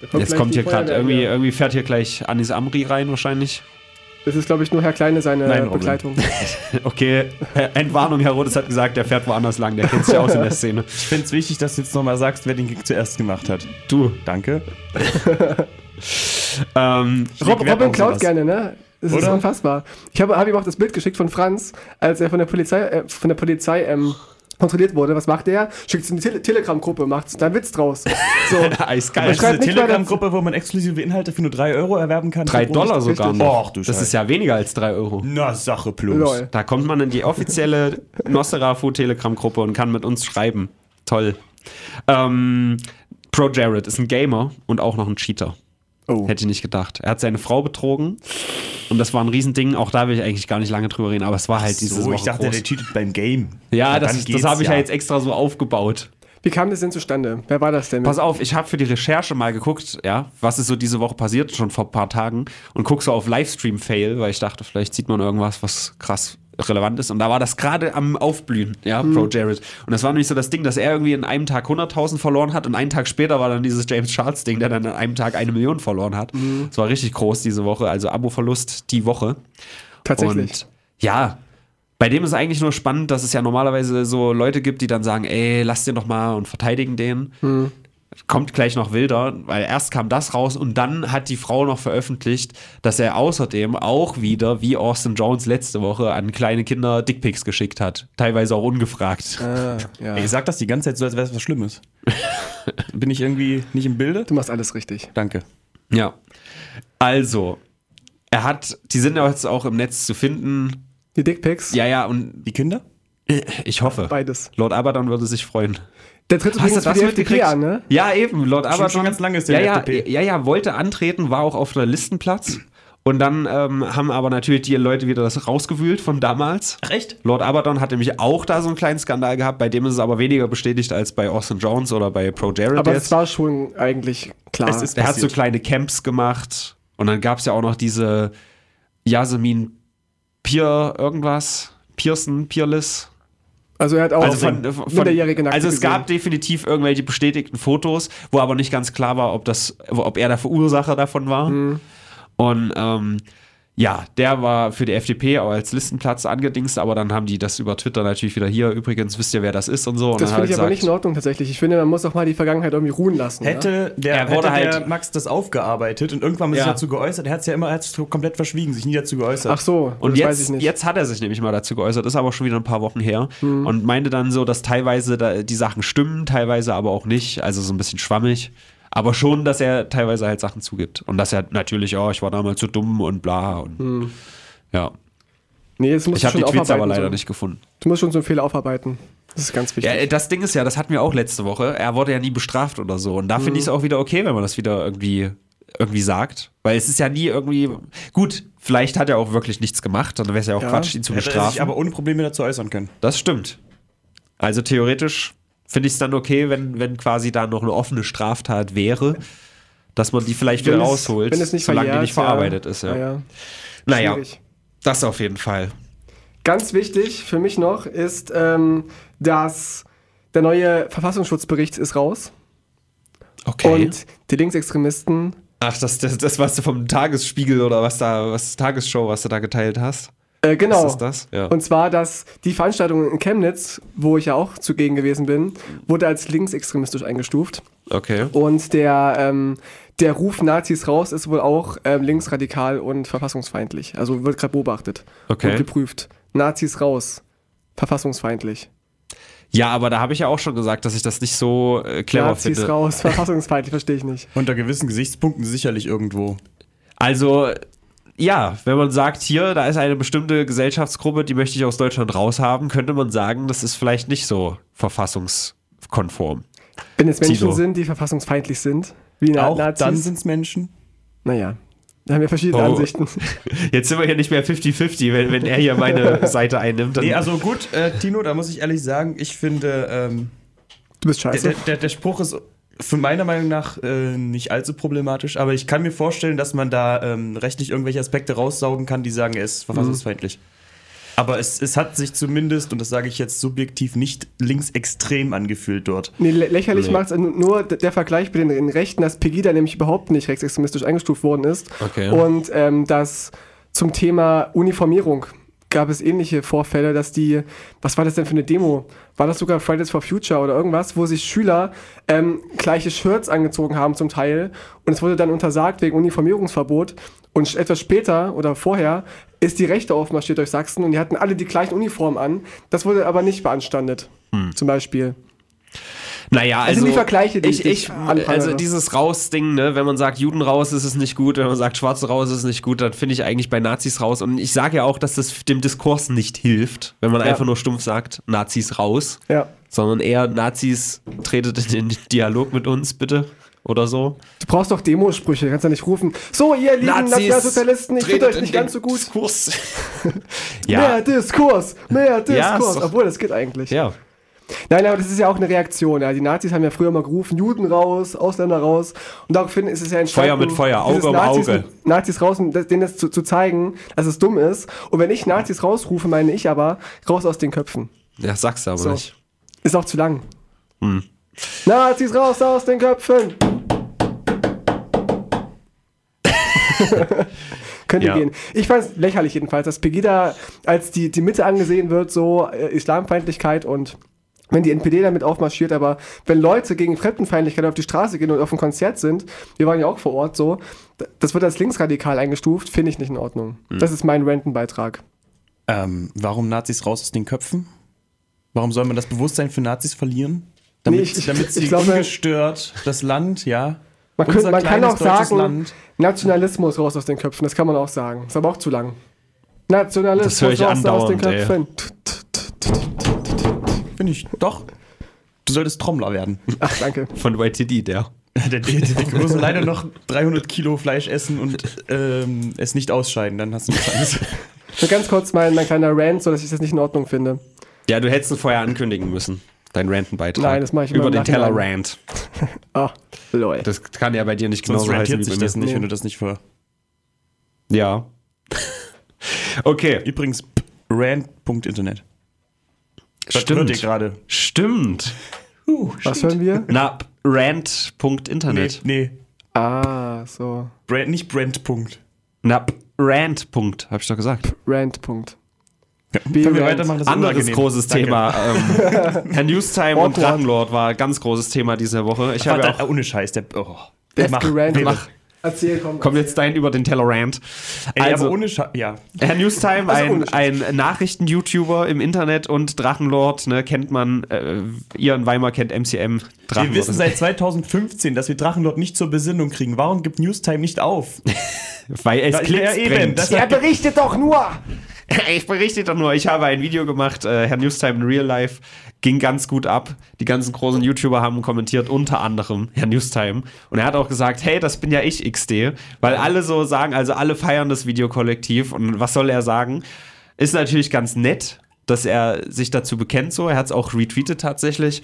Speaker 3: jetzt
Speaker 2: gleich
Speaker 3: kommt
Speaker 2: die
Speaker 3: hier gerade
Speaker 2: Feuerwehr
Speaker 3: irgendwie,
Speaker 2: wieder.
Speaker 3: irgendwie fährt hier gleich Anis Amri rein wahrscheinlich.
Speaker 2: Das ist, glaube ich, nur Herr Kleine seine
Speaker 1: Nein, Robin.
Speaker 2: Begleitung.
Speaker 3: Okay, Entwarnung, Herr Rodes hat gesagt, der fährt woanders lang, der kennt sich aus in der Szene.
Speaker 1: Ich finde es wichtig, dass du jetzt nochmal sagst, wer den Gig zuerst gemacht hat.
Speaker 3: Du,
Speaker 1: Danke.
Speaker 3: ähm,
Speaker 2: Rob,
Speaker 1: Ich werd
Speaker 2: Robin
Speaker 1: auch
Speaker 2: klaut
Speaker 1: sowas.
Speaker 2: gerne, ne? Das ist
Speaker 1: Oder?
Speaker 2: unfassbar. Ich habe hab ihm auch das Bild geschickt von Franz, als er von der Polizei, äh, von der Polizei ähm, kontrolliert wurde. Was macht er? Schickt es in die Tele Telegram-Gruppe, macht da einen Witz draus. So.
Speaker 3: eiskalt.
Speaker 1: Das ist eine
Speaker 2: schreibt nicht mal, dass-
Speaker 1: Also Telegram-Gruppe, wo man exklusive Inhalte für nur 3 Euro erwerben kann.
Speaker 3: Drei Dollar sogar
Speaker 1: Richtig.
Speaker 3: noch.
Speaker 1: Och, du
Speaker 3: das
Speaker 1: Scheiße.
Speaker 3: ist ja weniger als drei Euro.
Speaker 1: Na, Sache plus.
Speaker 2: Lol.
Speaker 3: Da kommt man in die offizielle Nosferatu-Telegram-Gruppe und kann mit uns schreiben. Toll. Ähm, Pro Jared ist ein Gamer und auch noch ein Cheater.
Speaker 2: Oh.
Speaker 3: Hätte ich nicht gedacht. Er hat seine Frau betrogen und das war ein Riesending. Auch da will ich eigentlich gar nicht lange drüber reden, aber es war halt diese
Speaker 1: so,
Speaker 3: Woche
Speaker 1: ich dachte,
Speaker 3: groß.
Speaker 1: der cheatet beim Game.
Speaker 3: Ja,
Speaker 1: Na, dann
Speaker 3: das, das
Speaker 1: geht's
Speaker 3: habe ich ja. jetzt extra so aufgebaut.
Speaker 2: Wie kam das denn zustande? Wer war das denn?
Speaker 3: Pass auf, ich habe für die Recherche mal geguckt, ja, was ist so diese Woche passiert, schon vor ein paar Tagen, und guck so auf Livestream-Fail, weil ich dachte, vielleicht sieht man irgendwas, was krass relevant ist. Und da war das gerade am Aufblühen, ja, Pro Jared. Und das war nämlich so das Ding, dass er irgendwie in einem Tag 100.000 verloren hat und einen Tag später war dann dieses James Charles-Ding, der dann in einem Tag eine Million verloren hat. Das war richtig groß diese Woche, also Abo-Verlust die Woche.
Speaker 2: Tatsächlich.
Speaker 3: Und ja, bei dem ist eigentlich nur spannend, dass es ja normalerweise so Leute gibt, die dann sagen, ey, lass den doch mal und verteidigen den. Kommt gleich noch wilder, weil erst kam das raus und dann hat die Frau noch veröffentlicht, dass er außerdem auch wieder, wie Austin Jones letzte Woche, an kleine Kinder Dickpics geschickt hat. Teilweise auch ungefragt.
Speaker 2: Ah, ja.
Speaker 1: Ey, sag das die ganze Zeit so, als wäre es was Schlimmes. Bin ich irgendwie nicht im Bilde?
Speaker 2: Du machst alles richtig.
Speaker 1: Danke.
Speaker 3: Ja. Also, er hat, die sind ja jetzt auch im Netz zu finden.
Speaker 2: Die Dickpics?
Speaker 3: Ja, ja, und
Speaker 1: Die Kinder?
Speaker 3: ich hoffe.
Speaker 2: Beides.
Speaker 3: Lord Abaddon würde sich freuen.
Speaker 2: Der tritt übrigens für die FDP an, ne?
Speaker 3: Ja, eben. Lord
Speaker 1: Schon-
Speaker 3: Abaddon.
Speaker 1: schon ganz lange ist der
Speaker 3: ja, ja,
Speaker 1: FDP.
Speaker 3: ja, ja, wollte antreten, war auch auf der Listenplatz. Und dann ähm, haben aber natürlich die Leute wieder das rausgewühlt von damals.
Speaker 1: Ach, echt?
Speaker 3: Lord Abaddon hat nämlich auch da so einen kleinen Skandal gehabt, bei dem ist es aber weniger bestätigt als bei Austin Jones oder bei Pro Jared.
Speaker 2: Aber
Speaker 3: jetzt.
Speaker 2: es war schon eigentlich klar.
Speaker 1: Es ist-
Speaker 3: Der hat so
Speaker 1: passiert.
Speaker 3: kleine Camps gemacht. Und dann gab es ja auch noch diese Yasemin Pier irgendwas. Pearson, Peerless.
Speaker 2: also er hat auch
Speaker 3: Also, von,
Speaker 2: von,
Speaker 3: von,
Speaker 2: minderjährige Nackte
Speaker 3: also es
Speaker 2: gesehen.
Speaker 3: gab definitiv irgendwelche bestätigten Fotos, wo aber nicht ganz klar war, ob, das, ob er der Verursacher davon war.
Speaker 2: Mhm.
Speaker 3: Und ähm, ja, der war für die FDP auch als Listenplatz angedingst, aber dann haben die das über Twitter natürlich wieder hier. Übrigens wisst ihr, wer das ist und so. Und
Speaker 2: Das
Speaker 3: dann hab
Speaker 2: finde ich aber nicht in Ordnung tatsächlich. Ich finde, man muss auch mal die Vergangenheit irgendwie ruhen lassen. ne? ja?
Speaker 1: Hätte der,
Speaker 3: Er wurde
Speaker 1: hätte
Speaker 3: halt-
Speaker 1: der Max das aufgearbeitet und irgendwann mal
Speaker 3: Ja.
Speaker 1: sich dazu geäußert, er hat es ja immer er hat's komplett verschwiegen, sich nie dazu geäußert.
Speaker 2: Ach so,
Speaker 3: Und
Speaker 2: das
Speaker 3: jetzt,
Speaker 2: weiß ich nicht.
Speaker 3: jetzt hat er sich nämlich mal dazu geäußert, ist aber schon wieder ein paar Wochen her
Speaker 2: Mhm.
Speaker 3: und meinte dann so, dass teilweise da die Sachen stimmen, teilweise aber auch nicht, also so ein bisschen schwammig. Aber schon, dass er teilweise halt Sachen zugibt. Und dass er natürlich, oh, ich war damals zu dumm und bla. Und, Ja.
Speaker 2: nee, das musst
Speaker 3: Ich
Speaker 2: Mhm. du
Speaker 3: habe
Speaker 2: schon
Speaker 3: die Tweets aber
Speaker 2: aufarbeiten,
Speaker 3: leider
Speaker 2: so.
Speaker 3: nicht gefunden.
Speaker 2: Du musst schon so einen Fehler aufarbeiten. Das ist ganz wichtig.
Speaker 3: Ja, äh, das Ding ist ja, das hatten wir auch letzte Woche. Er wurde ja nie bestraft oder so. Und da
Speaker 2: Mhm.
Speaker 3: finde ich es auch wieder okay, wenn man das wieder irgendwie, irgendwie sagt. Weil es ist ja nie irgendwie. Gut, vielleicht hat er auch wirklich nichts gemacht. Dann wäre es ja auch
Speaker 2: Ja.
Speaker 3: Quatsch, ihn zu
Speaker 1: Hätte er
Speaker 3: bestrafen.
Speaker 1: sich aber ohne Probleme dazu äußern können.
Speaker 3: Das stimmt. Also theoretisch finde ich es dann okay, wenn, wenn quasi da noch eine offene Straftat wäre, dass man die vielleicht wieder
Speaker 2: Wenn es-
Speaker 3: rausholt,
Speaker 2: wenn es nicht
Speaker 3: solange die
Speaker 2: verjährt,
Speaker 3: nicht verarbeitet ist. Ja. Ah
Speaker 2: Naja,
Speaker 3: Naja,
Speaker 2: schwierig.
Speaker 3: das auf jeden Fall.
Speaker 2: Ganz wichtig für mich noch ist, ähm, dass der neue Verfassungsschutzbericht ist raus
Speaker 3: Okay.
Speaker 2: und die Linksextremisten,
Speaker 3: Ach, das, das, das, was du vom Tagesspiegel oder was da, was Tagesschau, was du da geteilt hast.
Speaker 2: äh, genau,
Speaker 3: Ist das das? Ja.
Speaker 2: und zwar, dass die Veranstaltung in Chemnitz, wo ich ja auch zugegen gewesen bin, wurde als linksextremistisch eingestuft
Speaker 3: okay.
Speaker 2: und der, ähm, der Ruf Nazis raus ist wohl auch ähm, linksradikal und verfassungsfeindlich, also wird gerade beobachtet
Speaker 3: Okay.
Speaker 2: und geprüft. Nazis raus, verfassungsfeindlich.
Speaker 3: Ja, aber da habe ich ja auch schon gesagt, dass ich das nicht so äh, clever
Speaker 2: Nazis
Speaker 3: finde.
Speaker 2: raus, verfassungsfeindlich, verstehe ich nicht.
Speaker 1: Unter gewissen Gesichtspunkten sicherlich irgendwo.
Speaker 3: Also, ja, wenn man sagt, hier, da ist eine bestimmte Gesellschaftsgruppe, die möchte ich aus Deutschland raushaben, könnte man sagen, das ist vielleicht nicht so verfassungskonform.
Speaker 2: Wenn es Menschen
Speaker 3: Tilo.
Speaker 2: sind, die verfassungsfeindlich sind, wie Na
Speaker 1: Auch
Speaker 2: Nazis,
Speaker 1: dann sind es Menschen.
Speaker 2: naja, da haben wir verschiedene
Speaker 3: Oh.
Speaker 2: Ansichten.
Speaker 3: Jetzt sind wir hier nicht mehr 50-50, wenn, wenn er hier meine Seite einnimmt. Dann
Speaker 1: Nee, also gut, äh, Tino, da muss ich ehrlich sagen, ich finde, ähm,
Speaker 2: Du bist
Speaker 1: der,
Speaker 2: scheiße.
Speaker 1: der, der, der Spruch ist von meiner Meinung nach äh, nicht allzu problematisch, aber ich kann mir vorstellen, dass man da ähm, rechtlich irgendwelche Aspekte raussaugen kann, die sagen, er ist verfassungsfeindlich. Aber es, es hat sich zumindest, und das sage ich jetzt subjektiv, nicht linksextrem angefühlt dort.
Speaker 2: Nee, lä- lächerlich
Speaker 3: Nee.
Speaker 2: macht es nur d- der Vergleich mit den, den Rechten, dass Pegida nämlich überhaupt nicht rechtsextremistisch eingestuft worden ist.
Speaker 3: Okay.
Speaker 2: Und ähm, dass zum Thema Uniformierung gab es ähnliche Vorfälle, dass die, was war das denn für eine Demo? War das sogar Fridays for Future oder irgendwas, wo sich Schüler ähm, gleiche Shirts angezogen haben zum Teil und es wurde dann untersagt wegen Uniformierungsverbot und sch- etwas später oder vorher ist die Rechte aufmarschiert durch Sachsen und die hatten alle die gleichen Uniformen an. Das wurde aber nicht beanstandet,
Speaker 3: Hm.
Speaker 2: zum Beispiel.
Speaker 3: Naja,
Speaker 2: sind
Speaker 3: also.
Speaker 2: die Vergleiche, die
Speaker 3: ich,
Speaker 2: ich
Speaker 3: ich,
Speaker 2: anprangere.
Speaker 3: Also dieses Raus-Ding, ne, wenn man sagt, Juden raus ist es nicht gut, wenn man sagt, Schwarze raus ist es nicht gut, dann finde ich eigentlich bei Nazis raus. Und ich sage ja auch, dass das dem Diskurs nicht hilft, wenn man
Speaker 2: Ja.
Speaker 3: einfach nur stumpf sagt, Nazis raus.
Speaker 2: Ja.
Speaker 3: Sondern eher Nazis tretet in den Dialog mit uns, bitte. Oder so.
Speaker 2: Du brauchst doch Demosprüche, kannst ja nicht rufen. So, ihr lieben Nationalsozialisten, ich finde euch nicht ganz so gut.
Speaker 3: Diskurs.
Speaker 2: Mehr
Speaker 3: ja.
Speaker 2: Diskurs, mehr
Speaker 3: Ja, ist
Speaker 2: Diskurs.
Speaker 3: doch-
Speaker 2: Obwohl, das geht eigentlich.
Speaker 3: ja.
Speaker 2: Nein, aber das ist ja auch eine Reaktion. Ja. Die Nazis haben ja früher mal gerufen, Juden raus, Ausländer raus. Und daraufhin ist es ja entstanden.
Speaker 3: Feuer mit Feuer,
Speaker 2: dieses
Speaker 3: Auge um
Speaker 2: Nazis,
Speaker 3: Auge.
Speaker 2: Nazis raus, um das- denen das zu, zu zeigen, dass es dumm ist. Und wenn ich Nazis rausrufe, meine ich aber, raus aus den Köpfen.
Speaker 3: Ja, sagst du aber
Speaker 2: So.
Speaker 3: nicht.
Speaker 2: Ist auch zu lang. Nazis raus aus den Köpfen! Könnte
Speaker 3: Ja.
Speaker 2: gehen. Ich fand es lächerlich jedenfalls, dass Pegida als die, die Mitte angesehen wird, so äh, Islamfeindlichkeit und wenn die NPD damit aufmarschiert, aber wenn Leute gegen Fremdenfeindlichkeit auf die Straße gehen und auf ein Konzert sind, wir waren ja auch vor Ort so, d- das wird als linksradikal eingestuft, finde ich nicht in Ordnung. Das ist mein Rentenbeitrag.
Speaker 1: Ähm, warum Nazis raus aus den Köpfen? Warum soll man das Bewusstsein für Nazis verlieren? Damit,
Speaker 2: Nee, ich-
Speaker 1: damit
Speaker 2: ich
Speaker 1: sie
Speaker 2: glaube-
Speaker 1: ungestört das Land, ja.
Speaker 2: Man, könnte,
Speaker 1: unser
Speaker 2: man kann
Speaker 1: kleines
Speaker 2: auch
Speaker 1: deutsches
Speaker 2: sagen,
Speaker 1: Land.
Speaker 2: Nationalismus raus aus den Köpfen, das kann man auch sagen. Ist aber auch zu lang. Nationalismus
Speaker 3: Das höre ich
Speaker 2: raus aus den
Speaker 3: andauernd, ey.
Speaker 2: Köpfen. Tut, tut, tut, tut, tut, tut, tut.
Speaker 1: Bin ich. Doch. Du solltest Trommler werden.
Speaker 2: Ach, danke.
Speaker 3: Von YTD, der.
Speaker 1: Der, der, der muss leider noch 300 Kilo Fleisch essen und ähm, es nicht ausscheiden, dann hast du nichts anderes.
Speaker 2: Nur ganz kurz mein, mein kleiner Rant, so dass ich das nicht in Ordnung finde.
Speaker 3: Ja, du hättest ihn vorher ankündigen müssen. Dein Rantenbeitrag.
Speaker 2: Nein, das mache ich immer
Speaker 3: Über
Speaker 2: im
Speaker 3: den Teller
Speaker 2: Nachhinein.
Speaker 3: rant.
Speaker 2: Ah, lol.
Speaker 3: Das kann ja bei dir nicht
Speaker 1: Sonst
Speaker 3: genauso Genau heißen
Speaker 1: rentiert
Speaker 3: wie
Speaker 1: sich
Speaker 3: bei
Speaker 1: das
Speaker 3: mir.
Speaker 1: nicht, wenn du das nicht vor.
Speaker 3: Ja. okay.
Speaker 1: Übrigens, p- rant.internet. Das hört ihr
Speaker 3: Stimmt.
Speaker 1: gerade.
Speaker 3: Stimmt.
Speaker 2: Was hören wir?
Speaker 3: Na,
Speaker 1: Nee,
Speaker 3: rant.internet.
Speaker 1: nee.
Speaker 2: Ah, so.
Speaker 1: Brand, nicht Brand. Punkt.
Speaker 3: Na, rant. Punkt, hab ich doch gesagt.
Speaker 2: Rant-Punkt.
Speaker 1: Ja.
Speaker 2: Wie
Speaker 1: Können wir
Speaker 2: Rant.
Speaker 1: weitermachen? Das ist
Speaker 3: Anderes
Speaker 1: unangenehm.
Speaker 3: großes
Speaker 1: Danke.
Speaker 3: Thema. Ähm, Herr Newstime und
Speaker 2: Awkward.
Speaker 3: Drachenlord war ein ganz großes Thema diese Woche. Ich habe
Speaker 1: Warte,
Speaker 3: ja auch,
Speaker 1: äh, ohne Scheiß, der. Oh.
Speaker 2: Der ist gerantet.
Speaker 1: rede.
Speaker 2: Mach. Erzähl, komm.
Speaker 3: kommt jetzt dein über den Teller rant.
Speaker 1: Ey,
Speaker 3: also,
Speaker 1: aber ohne Scheiß. Ja.
Speaker 3: Herr Newstime, ein,
Speaker 2: ohne
Speaker 3: ein Nachrichten-YouTuber im Internet und Drachenlord, ne, kennt man, äh, ihr in Weimar kennt MCM.
Speaker 1: Wir
Speaker 3: Drachenlord
Speaker 1: wissen
Speaker 3: ist-
Speaker 1: seit 2015, dass wir Drachenlord nicht zur Besinnung kriegen. Warum gibt Newstime nicht auf?
Speaker 3: weil es
Speaker 1: Ja,
Speaker 3: Klicks
Speaker 1: eben,
Speaker 3: bringt.
Speaker 1: das-
Speaker 2: Er berichtet doch nur!
Speaker 3: Ich berichte doch nur, ich habe ein Video gemacht, äh, Herr Newstime in Real Life, ging ganz gut ab. Die ganzen großen YouTuber haben kommentiert, unter anderem Herr Newstime. Und er hat auch gesagt, hey, das bin ja ich, XD. Weil alle so sagen, also alle feiern das Video kollektiv. Und was soll er sagen? Ist natürlich ganz nett, dass er sich dazu bekennt so. Er hat es auch retweetet tatsächlich.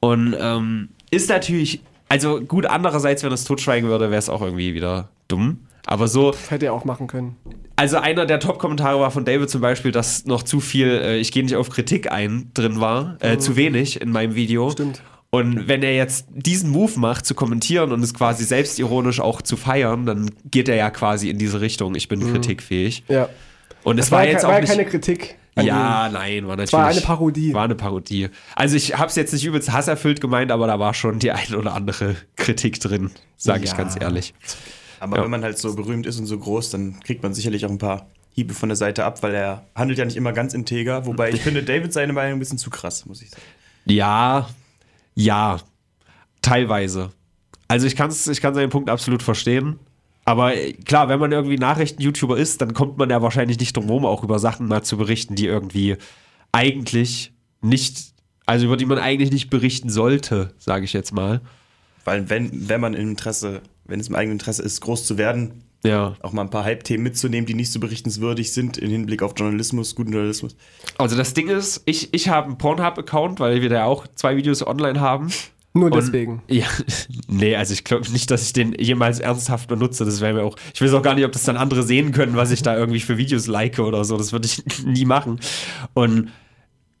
Speaker 3: Und ähm, ist natürlich Also gut, andererseits, wenn er es totschweigen würde, wäre es auch irgendwie wieder dumm. Aber so,
Speaker 2: Das hätte er auch machen können.
Speaker 3: also einer der Top-Kommentare war von David zum Beispiel, dass noch zu viel, äh, ich gehe nicht auf Kritik ein, drin war. Äh, Zu wenig in meinem Video.
Speaker 2: Mhm. Stimmt.
Speaker 3: Und wenn er jetzt diesen Move macht, zu kommentieren und es quasi selbstironisch auch zu feiern, dann geht er ja quasi in diese Richtung, ich bin kritikfähig.
Speaker 2: Mhm. Ja.
Speaker 3: Und es
Speaker 2: Das
Speaker 3: war,
Speaker 2: ja
Speaker 3: jetzt
Speaker 2: ke-
Speaker 3: auch
Speaker 2: war ja
Speaker 3: nicht,
Speaker 2: keine Kritik. an ihm.
Speaker 3: ja, nein, war natürlich.
Speaker 2: war eine Parodie.
Speaker 3: War eine Parodie. Also ich habe es jetzt nicht übelst hasserfüllt gemeint, aber da war schon die ein oder andere Kritik drin, sage ich
Speaker 1: Ja.
Speaker 3: ganz ehrlich.
Speaker 1: Aber
Speaker 3: Ja.
Speaker 1: wenn man halt so berühmt ist und so groß, dann kriegt man sicherlich auch ein paar Hiebe von der Seite ab, weil er handelt ja nicht immer ganz integer. Wobei ich finde David seine Meinung ein bisschen zu krass, muss ich sagen.
Speaker 3: Ja, ja, teilweise. Also ich, kann's, ich kann seinen Punkt absolut verstehen. Aber äh, klar, wenn man irgendwie Nachrichten-YouTuber ist, dann kommt man ja wahrscheinlich nicht drum rum, auch über Sachen mal zu berichten, die irgendwie eigentlich nicht, also über die man eigentlich nicht berichten sollte, sage ich jetzt mal.
Speaker 1: Weil wenn, wenn man im Interesse, wenn es im eigenen Interesse ist, groß zu werden,
Speaker 3: Ja.
Speaker 1: auch mal ein paar Hype-Themen mitzunehmen, die nicht so berichtenswürdig sind im Hinblick auf Journalismus, guten Journalismus.
Speaker 3: Also das Ding ist, ich, ich habe einen Pornhub-Account, weil wir da ja auch zwei Videos online haben.
Speaker 2: Nur
Speaker 3: Und-
Speaker 2: deswegen.
Speaker 3: Ja, nee, also ich glaube nicht, dass ich den jemals ernsthaft benutze. Das wäre mir auch. Ich weiß auch gar nicht, ob das dann andere sehen können, was ich da irgendwie für Videos like oder so. Das würde ich nie machen. Und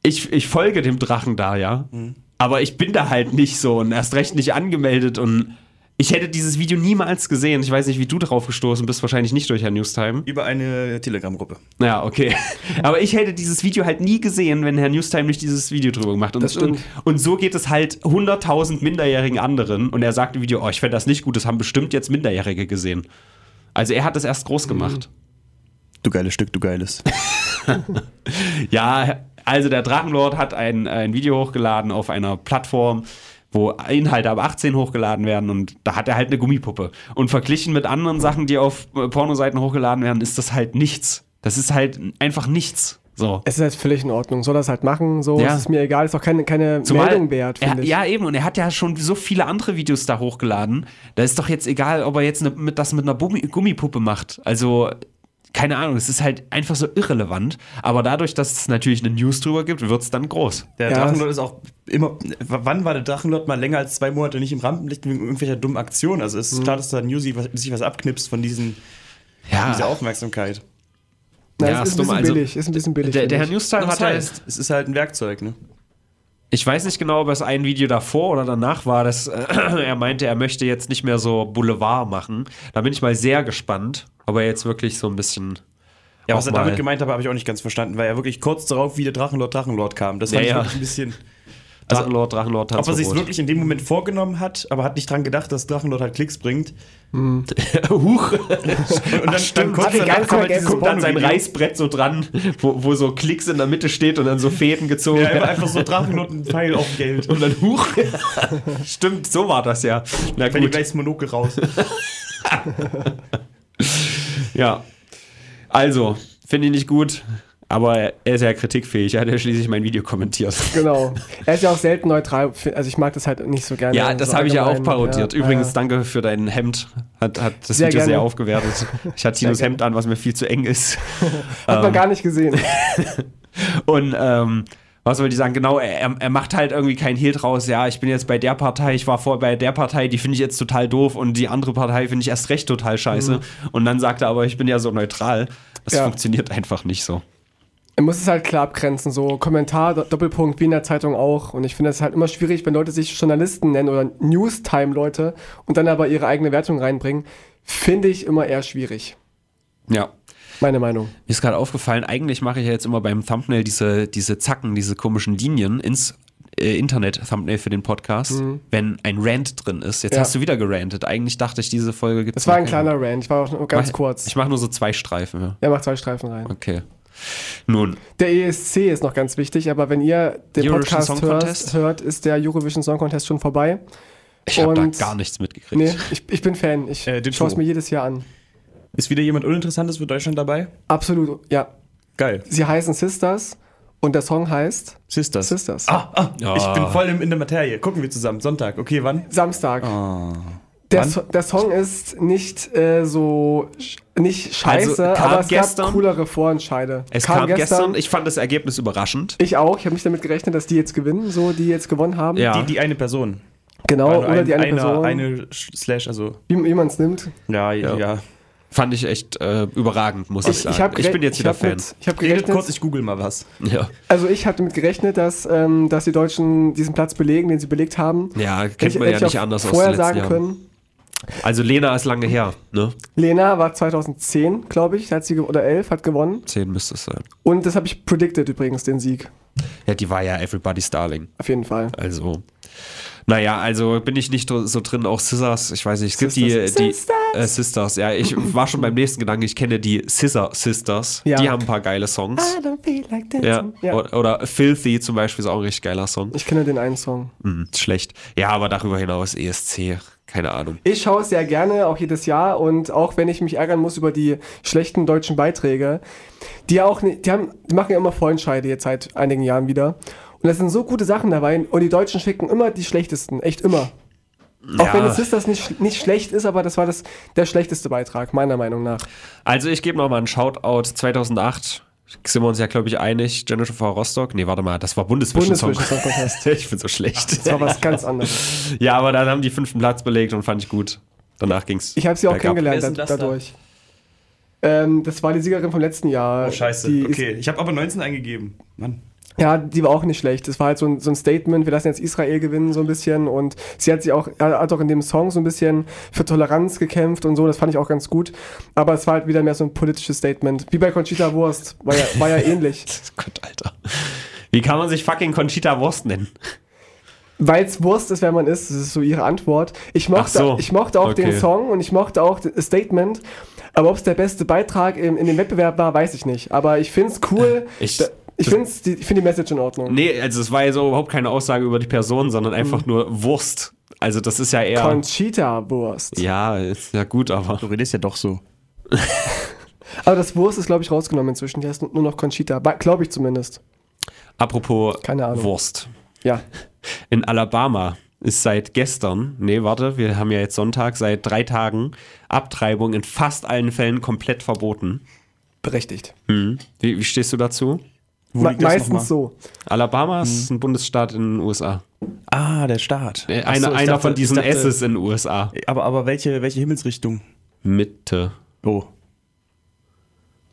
Speaker 3: ich, ich folge dem Drachen da, ja. Aber ich bin da halt nicht so und erst recht nicht angemeldet und ich hätte dieses Video niemals gesehen. Ich weiß nicht, wie du drauf gestoßen bist, wahrscheinlich nicht durch Herr Newstime.
Speaker 1: Über eine Telegram-Gruppe.
Speaker 3: Ja, okay. Aber ich hätte dieses Video halt nie gesehen, wenn Herr Newstime nicht dieses Video drüber gemacht. Und,
Speaker 2: Das stimmt.
Speaker 3: Und, und so geht es halt 100.000 minderjährigen anderen. Und er sagt im Video, oh, ich fände das nicht gut, das haben bestimmt jetzt Minderjährige gesehen. Also er hat das erst groß gemacht.
Speaker 1: Du geiles Stück, du geiles.
Speaker 2: Mhm.
Speaker 3: Ja, also der Drachenlord hat ein, ein Video hochgeladen auf einer Plattform, wo Inhalte ab 18 hochgeladen werden und da hat er halt eine Gummipuppe. Und verglichen mit anderen Sachen, die auf äh, Pornoseiten hochgeladen werden, ist das halt nichts. Das ist halt einfach nichts. So.
Speaker 2: Es ist halt völlig in Ordnung. Soll das halt machen, so.
Speaker 3: Ja.
Speaker 2: Es ist mir egal. Ist auch keine, keine Meldung wert,
Speaker 3: er,
Speaker 2: finde ich.
Speaker 3: Ja, eben. Und er hat ja schon so viele andere Videos da hochgeladen. Da ist doch jetzt egal, ob er jetzt ne, mit, das mit einer Bummi, Gummipuppe macht. Also, keine Ahnung. Es ist halt einfach so irrelevant. Aber dadurch, dass es natürlich eine News drüber gibt, wird es dann groß.
Speaker 1: Der
Speaker 2: Ja,
Speaker 1: Drachenlord ist auch immer. w- Wann war der Drachenlord mal länger als zwei Monate nicht im Rampenlicht wegen irgendwelcher dummen Aktionen? Also es ist klar, dass da Newsy was- sich was abknipst von diesen, dieser Aufmerksamkeit.
Speaker 2: Na,
Speaker 3: Ja,
Speaker 2: es ist
Speaker 3: ist
Speaker 2: ein bisschen
Speaker 3: dumm, also-
Speaker 2: billig. Ist ein bisschen billig.
Speaker 3: Der, der Herr
Speaker 2: finde ich.
Speaker 3: Newstime
Speaker 1: Was
Speaker 3: hat halt.
Speaker 1: heißt, es ist halt ein Werkzeug, ne?
Speaker 3: Ich weiß nicht genau, ob es ein Video davor oder danach war, dass äh, er meinte, er möchte jetzt nicht mehr so Boulevard machen. Da bin ich mal sehr gespannt, ob er jetzt wirklich so ein bisschen.
Speaker 1: Ja,
Speaker 3: auch
Speaker 1: was er
Speaker 3: mal-
Speaker 1: damit gemeint hat, habe ich auch nicht ganz verstanden, weil er wirklich kurz darauf wieder Drachenlord, Drachenlord kam. Das fand
Speaker 3: Ja,
Speaker 1: ich
Speaker 3: ja.
Speaker 1: wirklich ein bisschen. also-
Speaker 3: Drachenlord, Drachenlord,
Speaker 1: Ob er sich
Speaker 3: Tanzverbot.
Speaker 1: wirklich in dem Moment vorgenommen hat, aber hat nicht dran gedacht, dass Drachenlord halt Klicks bringt.
Speaker 3: Huch.
Speaker 1: Und dann, dann
Speaker 2: hat
Speaker 1: kurz
Speaker 2: die
Speaker 1: danach kam
Speaker 2: ganze Zeit
Speaker 1: halt dieses
Speaker 2: Geld
Speaker 3: kommt dann sein
Speaker 1: Porno-Video.
Speaker 3: Reißbrett so dran, wo, wo so Klicks in der Mitte steht und dann so Fäden gezogen
Speaker 1: Ja,
Speaker 3: werden.
Speaker 1: einfach, einfach so Drachenlord ein Pfeil auf Geld.
Speaker 3: Und dann Huch. Stimmt, so war das ja. Na
Speaker 1: Fällt ihm
Speaker 3: gut.
Speaker 1: gleich das Monokel raus.
Speaker 3: Ja. Also, finde ich nicht gut, aber er ist ja kritikfähig. Er hat ja schließlich mein Video kommentiert.
Speaker 2: Genau. Er ist ja auch selten neutral. Also ich mag das halt nicht so gerne.
Speaker 3: Ja, das
Speaker 2: so
Speaker 3: habe ich ja auch
Speaker 2: allgemein.
Speaker 3: parodiert.
Speaker 2: Ja,
Speaker 3: Übrigens,
Speaker 2: ja.
Speaker 3: danke für dein Hemd. Hat, hat das
Speaker 2: Sehr
Speaker 3: Video sehr
Speaker 2: gerne.
Speaker 3: aufgewertet. Ich hatte Tinos Hemd an, was mir viel zu eng ist.
Speaker 2: Hat
Speaker 3: Ähm.
Speaker 2: man gar nicht gesehen.
Speaker 3: Und ähm, was wollte ich sagen? Genau, er, er- er macht halt irgendwie keinen Hehl draus. Ja, ich bin jetzt bei der Partei, ich war vorher bei der Partei, die finde ich jetzt total doof und die andere Partei finde ich erst recht total scheiße. Und dann sagt er aber, ich bin ja so neutral. Das
Speaker 2: Ja.
Speaker 3: funktioniert einfach nicht so.
Speaker 2: Man muss es halt klar abgrenzen, so Kommentar, Do- Doppelpunkt, wie in der Zeitung auch. Und ich finde es halt immer schwierig, wenn Leute sich Journalisten nennen oder Newstime-Leute und dann aber ihre eigene Wertung reinbringen. Finde ich immer eher schwierig.
Speaker 3: Ja.
Speaker 2: Meine Meinung.
Speaker 3: Mir ist gerade aufgefallen, eigentlich mache ich ja jetzt immer beim Thumbnail diese, diese Zacken, diese komischen Linien ins äh, Internet-Thumbnail für den Podcast, wenn ein Rant drin ist. Jetzt
Speaker 2: Mhm. Ja.
Speaker 3: hast du wieder gerantet. Eigentlich dachte ich, diese Folge gibt
Speaker 2: Das war ein kleiner Rant, ich war auch nur ganz kurz.
Speaker 3: Ich mache nur so zwei Streifen. Ja.
Speaker 2: Er macht zwei Streifen rein.
Speaker 3: Okay. Nun,
Speaker 2: Der ESC ist noch ganz wichtig, aber wenn ihr den
Speaker 3: Eurovision Song
Speaker 2: Podcast hört,
Speaker 3: Contest?
Speaker 2: hört, ist der Eurovision Song Contest schon vorbei.
Speaker 3: Ich habe da
Speaker 2: Und-
Speaker 3: gar nichts mitgekriegt.
Speaker 2: Nee, ich, ich bin Fan. Ich
Speaker 1: Äh, Ditto.
Speaker 2: schaue es mir jedes Jahr an.
Speaker 1: Ist wieder jemand Uninteressantes für Deutschland dabei?
Speaker 2: Absolut, ja.
Speaker 1: Geil.
Speaker 2: Sie heißen Sisters und der Song heißt
Speaker 1: Sisters.
Speaker 2: Sisters.
Speaker 1: Ah, ah,
Speaker 3: Ah.
Speaker 1: Ich bin voll im, in der Materie. Gucken wir zusammen. Sonntag. Okay, wann?
Speaker 2: Samstag.
Speaker 3: Ah.
Speaker 2: Der,
Speaker 1: Wann?
Speaker 2: so der Song ist nicht äh, so sch- nicht scheiße,
Speaker 3: Also, kam
Speaker 2: aber es
Speaker 3: gestern.
Speaker 2: gab coolere Vorentscheide.
Speaker 3: Es kam, gestern. ich fand das Ergebnis überraschend.
Speaker 2: ich auch, ich habe nicht damit gerechnet, dass die jetzt gewinnen, so die jetzt gewonnen haben.
Speaker 3: Ja.
Speaker 1: Die, die eine Person.
Speaker 2: Genau,
Speaker 1: Also
Speaker 2: oder
Speaker 1: ein-
Speaker 2: die eine
Speaker 1: einer,
Speaker 2: Person,
Speaker 1: eine Slash, also.
Speaker 2: wie, wie man es nimmt.
Speaker 1: Ja, ja. ja.
Speaker 3: Fand ich echt äh, überragend, muss ich,
Speaker 2: Also Ich, ich,
Speaker 3: sagen.
Speaker 2: hab
Speaker 3: Ich, bin
Speaker 2: gere-
Speaker 3: jetzt wieder
Speaker 2: hab
Speaker 3: Fan.
Speaker 2: Mit, ich habe
Speaker 1: Redet kurz,
Speaker 2: gerechnet,
Speaker 1: ich google mal was.
Speaker 3: Ja.
Speaker 2: also ich habe damit gerechnet, dass, ähm, dass die Deutschen diesen Platz belegen, den sie belegt haben.
Speaker 3: ja, kennt
Speaker 2: Hätte-
Speaker 3: man ja
Speaker 2: hätte ich
Speaker 3: nicht
Speaker 2: auch
Speaker 3: anders aus
Speaker 2: vorher
Speaker 3: den letzten
Speaker 2: sagen
Speaker 3: Jahren.
Speaker 2: können.
Speaker 3: Also Lena ist lange her, ne?
Speaker 2: Lena war 2010, glaube ich, da hat sie ge- oder 11 hat gewonnen
Speaker 3: Zehn müsste es sein.
Speaker 2: und das habe ich predicted übrigens den Sieg
Speaker 3: Ja, die war ja Everybody's Darling.
Speaker 2: auf jeden Fall.
Speaker 3: Also, naja, also bin ich nicht so drin. Auch Scissors, ich weiß nicht, es gibt
Speaker 2: Sisters.
Speaker 3: die, die
Speaker 2: Sisters.
Speaker 3: Äh, Sisters. Ja, ich war schon beim nächsten Gedanken. Ich kenne die Scissor Sisters.
Speaker 2: Ja. Ah,
Speaker 3: Die haben ein paar geile Songs. Ja.
Speaker 2: Ja.
Speaker 3: Oder, oder Filthy zum Beispiel ist auch ein richtig geiler Song.
Speaker 2: Ich kenne den einen Song.
Speaker 3: Hm, schlecht. Ja, aber darüber hinaus ESC, keine Ahnung.
Speaker 2: Ich schaue es sehr gerne, auch jedes Jahr und auch wenn ich mich ärgern muss über die schlechten deutschen Beiträge, die ja auch, ni- die, haben, die machen ja immer Vorentscheide jetzt seit einigen Jahren wieder und da sind so gute Sachen dabei und die Deutschen schicken immer die schlechtesten, echt immer. Auch
Speaker 3: Ja.
Speaker 2: wenn es Sisters nicht, sch- nicht schlecht ist, aber das war das, der schlechteste Beitrag, meiner Meinung nach.
Speaker 3: Also ich gebe nochmal einen Shoutout 2008. Sind wir uns ja, glaube ich, einig. Jennifer Rostock. Nee, warte mal, das war Bundesvision-Song.
Speaker 2: Bundesvision Song Contest.
Speaker 3: ich bin so schlecht.
Speaker 2: Das war was ganz anderes.
Speaker 3: Ja, aber dann haben die fünften Platz belegt und fand ich gut. Danach ging's.
Speaker 2: Ich habe sie auch
Speaker 3: bergab.
Speaker 2: kennengelernt
Speaker 1: Wer ist denn
Speaker 2: da-
Speaker 1: das da?
Speaker 2: dadurch. Ähm, das war die Siegerin vom letzten Jahr.
Speaker 1: Oh, scheiße.
Speaker 2: Die
Speaker 1: okay, ich habe aber 19 eingegeben. Mann.
Speaker 2: Ist, ja, die war auch nicht schlecht. Das war halt so ein, so ein Statement, wir lassen jetzt Israel gewinnen so ein bisschen. Und sie hat sich auch, hat auch in dem Song so ein bisschen für Toleranz gekämpft und so. Das fand ich auch ganz gut. Aber es war halt wieder mehr so ein politisches Statement. Wie bei Conchita Wurst. War ja, war ja ähnlich.
Speaker 3: Gott, Alter. Wie kann man sich fucking Conchita Wurst nennen?
Speaker 2: Weil es Wurst ist, wer man ist, das ist so ihre Antwort. Ich
Speaker 3: Ach
Speaker 2: mochte,
Speaker 3: so.
Speaker 2: ich mochte auch den
Speaker 3: Okay.
Speaker 2: Song und ich mochte auch das Statement. Aber ob es der beste Beitrag im, in dem Wettbewerb war, weiß ich nicht. Aber ich find's cool.
Speaker 3: Ich-
Speaker 2: Da- ich find's, die, ich find die Message in Ordnung.
Speaker 3: Nee, also es war ja so überhaupt keine Aussage über die Person,
Speaker 2: Mhm.
Speaker 3: sondern einfach nur Wurst. Also das ist ja eher.
Speaker 2: Conchita Wurst.
Speaker 3: ja, ist ja gut, aber.
Speaker 1: Du redest ja doch so.
Speaker 2: Aber das Wurst ist, glaube ich, rausgenommen inzwischen. Die heißt nu- nur noch Conchita. Glaube ich zumindest.
Speaker 3: Apropos
Speaker 2: Keine Ahnung.
Speaker 3: Wurst.
Speaker 2: Ja.
Speaker 3: In Alabama ist seit gestern, nee, warte, wir haben ja jetzt Sonntag, seit drei Tagen Abtreibung in fast allen Fällen komplett verboten.
Speaker 2: Berechtigt.
Speaker 3: Hm. Wie, wie stehst du dazu?
Speaker 1: Wo
Speaker 2: Me
Speaker 1: liegt das
Speaker 2: meistens
Speaker 1: nochmal?
Speaker 2: so.
Speaker 3: Alabama ist ein Bundesstaat in den USA.
Speaker 1: Ah, der Staat.
Speaker 3: Äh,
Speaker 1: Hm. Ach
Speaker 3: Eine,
Speaker 1: so, ich
Speaker 3: einer
Speaker 1: dachte-
Speaker 3: von
Speaker 1: ich
Speaker 3: diesen
Speaker 1: dachte-
Speaker 3: S's in den USA.
Speaker 1: Aber, aber welche, welche Himmelsrichtung?
Speaker 3: Mitte.
Speaker 1: Oh.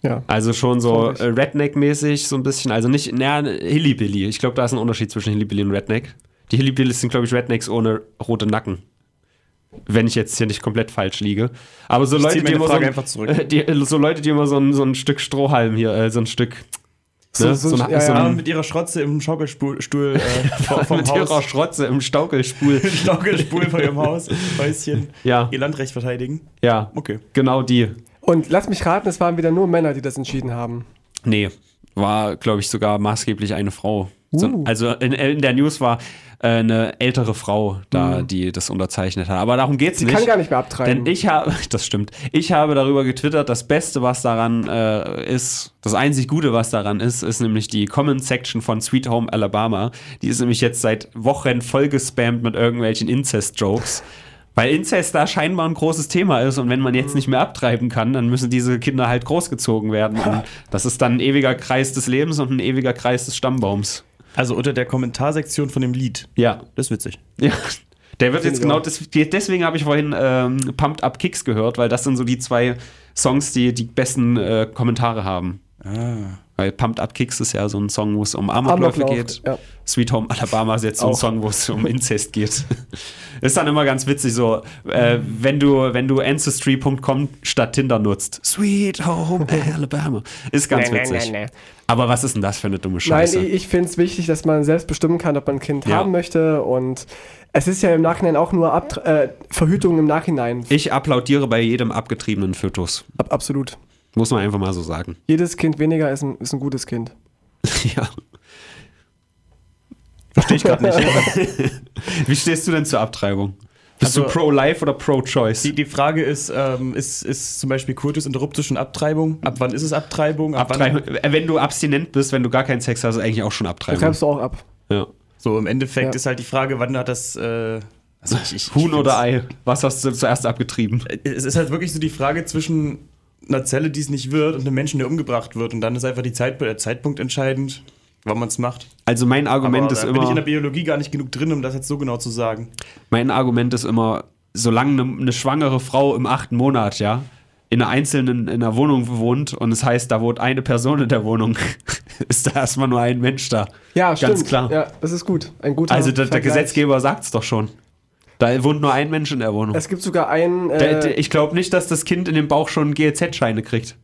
Speaker 2: Ja.
Speaker 3: Also schon so
Speaker 2: Traurig.
Speaker 3: äh, Redneck-mäßig, so ein bisschen. Also nicht, naja, Hillybilly. Ich glaube, da ist ein Unterschied zwischen Hillybilly und Redneck. Die Hillybillys sind, glaube ich, Rednecks ohne rote Nacken. Wenn ich jetzt hier nicht komplett falsch liege. Aber so, Leute
Speaker 1: zieh
Speaker 3: die,
Speaker 1: meine
Speaker 3: immer so,
Speaker 1: Frage
Speaker 3: ein,
Speaker 1: einfach zurück.
Speaker 3: äh, die, so Leute, die immer so ein, so ein Stück Strohhalm hier, äh, so ein Stück.
Speaker 2: so-
Speaker 3: ne? so ein,
Speaker 2: ja,
Speaker 3: so
Speaker 1: Ja,
Speaker 3: ein
Speaker 2: ja.
Speaker 1: mit ihrer Schrotze im Schaukelstuhl äh, vom, vom
Speaker 3: mit ihrer
Speaker 1: Haus.
Speaker 3: Schrotze im Staukelspul.
Speaker 1: Schaukelstuhl von ihrem Haus, Häuschen.
Speaker 3: Ja.
Speaker 1: Ihr Landrecht verteidigen.
Speaker 3: ja,
Speaker 1: Okay.
Speaker 3: genau die.
Speaker 2: Und lass mich raten, es waren wieder nur Männer, die das entschieden haben.
Speaker 3: Nee, war, glaube ich, sogar maßgeblich eine Frau.
Speaker 2: Uh.
Speaker 3: So, also in, in der News war äh, eine ältere Frau da, die das unterzeichnet hat. Aber darum geht es
Speaker 2: Die
Speaker 3: nicht.
Speaker 2: Mhm. kann gar nicht mehr abtreiben.
Speaker 3: Denn ich habe, das stimmt, ich habe darüber getwittert, das Beste, was daran äh, ist, das einzig Gute, was daran ist, ist nämlich die Comment-Section von Sweet Home Alabama. Die ist nämlich jetzt seit Wochen vollgespammt mit irgendwelchen Inzest-Jokes. Weil Inzest da scheinbar ein großes Thema ist und wenn man jetzt nicht mehr abtreiben kann, dann müssen diese Kinder halt großgezogen werden. Und das ist dann ein ewiger Kreis des Lebens und ein ewiger Kreis des Stammbaums.
Speaker 1: Also unter der Kommentarsektion von dem Lied.
Speaker 3: Ja,
Speaker 1: Das ist witzig.
Speaker 3: ja. Der wird
Speaker 2: Finde
Speaker 3: jetzt
Speaker 2: ich
Speaker 3: genau,
Speaker 2: auch.
Speaker 3: des, deswegen habe ich vorhin ähm, Pumped Up Kicks gehört, weil das sind so die zwei Songs, die die besten äh, Kommentare haben. Weil Pumped Up Kicks ist ja so ein Song, wo es um Amokläufe
Speaker 2: Ah. Amoklauf,
Speaker 3: geht.
Speaker 2: ja.
Speaker 3: Sweet Home Alabama ist jetzt so ein
Speaker 2: Auch.
Speaker 3: Song, wo es um Inzest geht. ist dann immer ganz witzig so, äh, wenn du, wenn du Ancestry.com statt Tinder nutzt. Sweet Home Alabama. Ist ganz
Speaker 2: Nee, nee,
Speaker 3: witzig.
Speaker 2: nee, nee.
Speaker 3: Aber was ist denn das für eine dumme
Speaker 2: Nein,
Speaker 3: Scheiße?
Speaker 2: ich, ich finde es wichtig, dass man selbst bestimmen kann, ob man ein Kind
Speaker 3: Ja.
Speaker 2: haben möchte. Und es ist ja im Nachhinein auch nur Abt äh, Verhütung im Nachhinein.
Speaker 3: ich applaudiere bei jedem abgetriebenen Fötus.
Speaker 2: Ab absolut.
Speaker 3: Muss man einfach mal so sagen.
Speaker 2: Jedes Kind weniger ist ein, ist ein gutes Kind.
Speaker 3: Ja.
Speaker 1: Verstehe ich gerade nicht.
Speaker 3: Wie stehst du denn zur Abtreibung? Bist
Speaker 1: Also-
Speaker 3: du pro-life oder pro-choice?
Speaker 1: Die, die Frage ist, ähm, ist, ist zum Beispiel Curtis Interruptus schon Abtreibung? Ab wann ist es Abtreibung? Ab
Speaker 3: Abtreibung. äh, Wenn du abstinent bist, wenn du gar keinen Sex hast, ist eigentlich auch schon
Speaker 2: Da
Speaker 3: Abtreibung.
Speaker 2: treibst du auch ab.
Speaker 3: Ja.
Speaker 1: Wann, so, im Endeffekt
Speaker 2: Ja.
Speaker 1: ist halt die Frage, wann hat das. Äh, also ich, ich,
Speaker 3: Huhn oder
Speaker 1: Ei?
Speaker 3: Ei? Was hast du zuerst abgetrieben?
Speaker 1: Es ist halt wirklich so die Frage zwischen einer Zelle, die es nicht wird, und einem Menschen, der umgebracht wird. Und dann ist einfach die Zeit, der äh, Zeitpunkt entscheidend. Warum man es macht.
Speaker 3: Also mein Argument
Speaker 1: Aber
Speaker 3: ist
Speaker 1: da bin ich in
Speaker 3: immer,
Speaker 1: der Biologie gar nicht genug drin, um das jetzt so genau zu sagen.
Speaker 3: mein Argument ist immer, solange ne, eine, eine schwangere Frau im achten Monat, ja, in einer einzelnen in einer Wohnung wohnt und es heißt, da wohnt eine Person in der Wohnung, ist da erstmal nur ein Mensch da.
Speaker 2: Ja,
Speaker 3: ganz
Speaker 2: stimmt.
Speaker 3: klar.
Speaker 2: Ja, das ist gut. Ein guter
Speaker 3: Also der, der
Speaker 2: Vergleich.
Speaker 3: Gesetzgeber sagt es doch schon. Da wohnt nur ein Mensch in der Wohnung.
Speaker 2: Es gibt sogar einen. Äh,
Speaker 3: Da- da- ich glaube nicht, dass das Kind in dem Bauch schon GEZ-Scheine kriegt.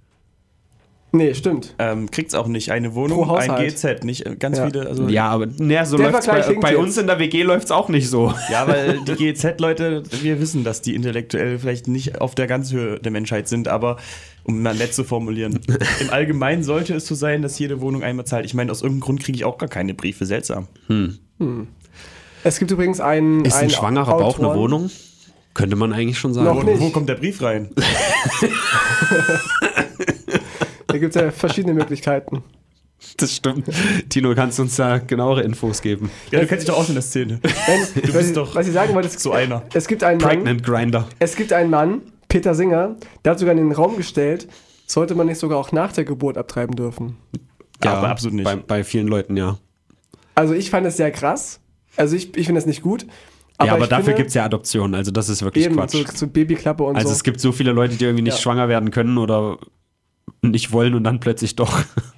Speaker 2: nee, stimmt.
Speaker 1: Ähm, Kriegt's auch nicht. Eine
Speaker 2: Pro
Speaker 1: Wohnung,
Speaker 2: Haushalt.
Speaker 1: ein GZ, nicht äh, ganz
Speaker 2: Ja.
Speaker 1: viele. Also,
Speaker 3: Ja, aber naja, so
Speaker 2: Der
Speaker 3: läuft's
Speaker 2: Vergleich
Speaker 3: bei,
Speaker 2: hinkt
Speaker 3: bei
Speaker 2: jetzt.
Speaker 3: uns in der WG läuft es auch nicht so.
Speaker 1: Ja, weil die GEZ-Leute, wir wissen, dass die intellektuell vielleicht nicht auf der ganzen Höhe der Menschheit sind, aber um mal nett zu formulieren, im Allgemeinen sollte es so sein, dass jede Wohnung einmal zahlt. Ich meine, aus irgendeinem Grund kriege ich auch gar keine Briefe, seltsam.
Speaker 2: Es gibt übrigens einen.
Speaker 3: Ist ein
Speaker 2: einen
Speaker 3: schwangerer Bauch eine
Speaker 2: Autoren-
Speaker 3: Wohnung? Könnte man eigentlich schon sagen.
Speaker 2: Noch
Speaker 1: Wo,
Speaker 2: nicht.
Speaker 1: wo kommt der Brief rein?
Speaker 2: Da gibt es ja verschiedene Möglichkeiten.
Speaker 3: Das stimmt. Tino, kannst du uns da genauere Infos geben?
Speaker 1: Ja, du kennst dich doch aus in der Szene.
Speaker 2: Wenn,
Speaker 1: Du
Speaker 2: was, ich-
Speaker 1: bist doch
Speaker 2: was ich sagen wollte, es,
Speaker 1: so einer.
Speaker 2: es gibt einen Mann,
Speaker 3: Pregnant Grinder.
Speaker 2: Es gibt einen Mann, Peter Singer, der hat sogar in den Raum gestellt, sollte man nicht sogar auch nach der Geburt abtreiben dürfen.
Speaker 1: aber absolut nicht.
Speaker 3: Bei, bei vielen Leuten, ja.
Speaker 2: Also ich fand das sehr krass. Also ich, ich finde das nicht gut.
Speaker 3: ja, aber dafür gibt es
Speaker 2: ja
Speaker 3: ja Adoptionen. Also, das ist wirklich
Speaker 2: eben
Speaker 3: Quatsch.
Speaker 2: zu, zu Babyklappe und
Speaker 3: also,
Speaker 2: so.
Speaker 3: es gibt so viele Leute, die irgendwie nicht
Speaker 2: Ja.
Speaker 3: schwanger werden können oder nicht wollen und dann plötzlich doch.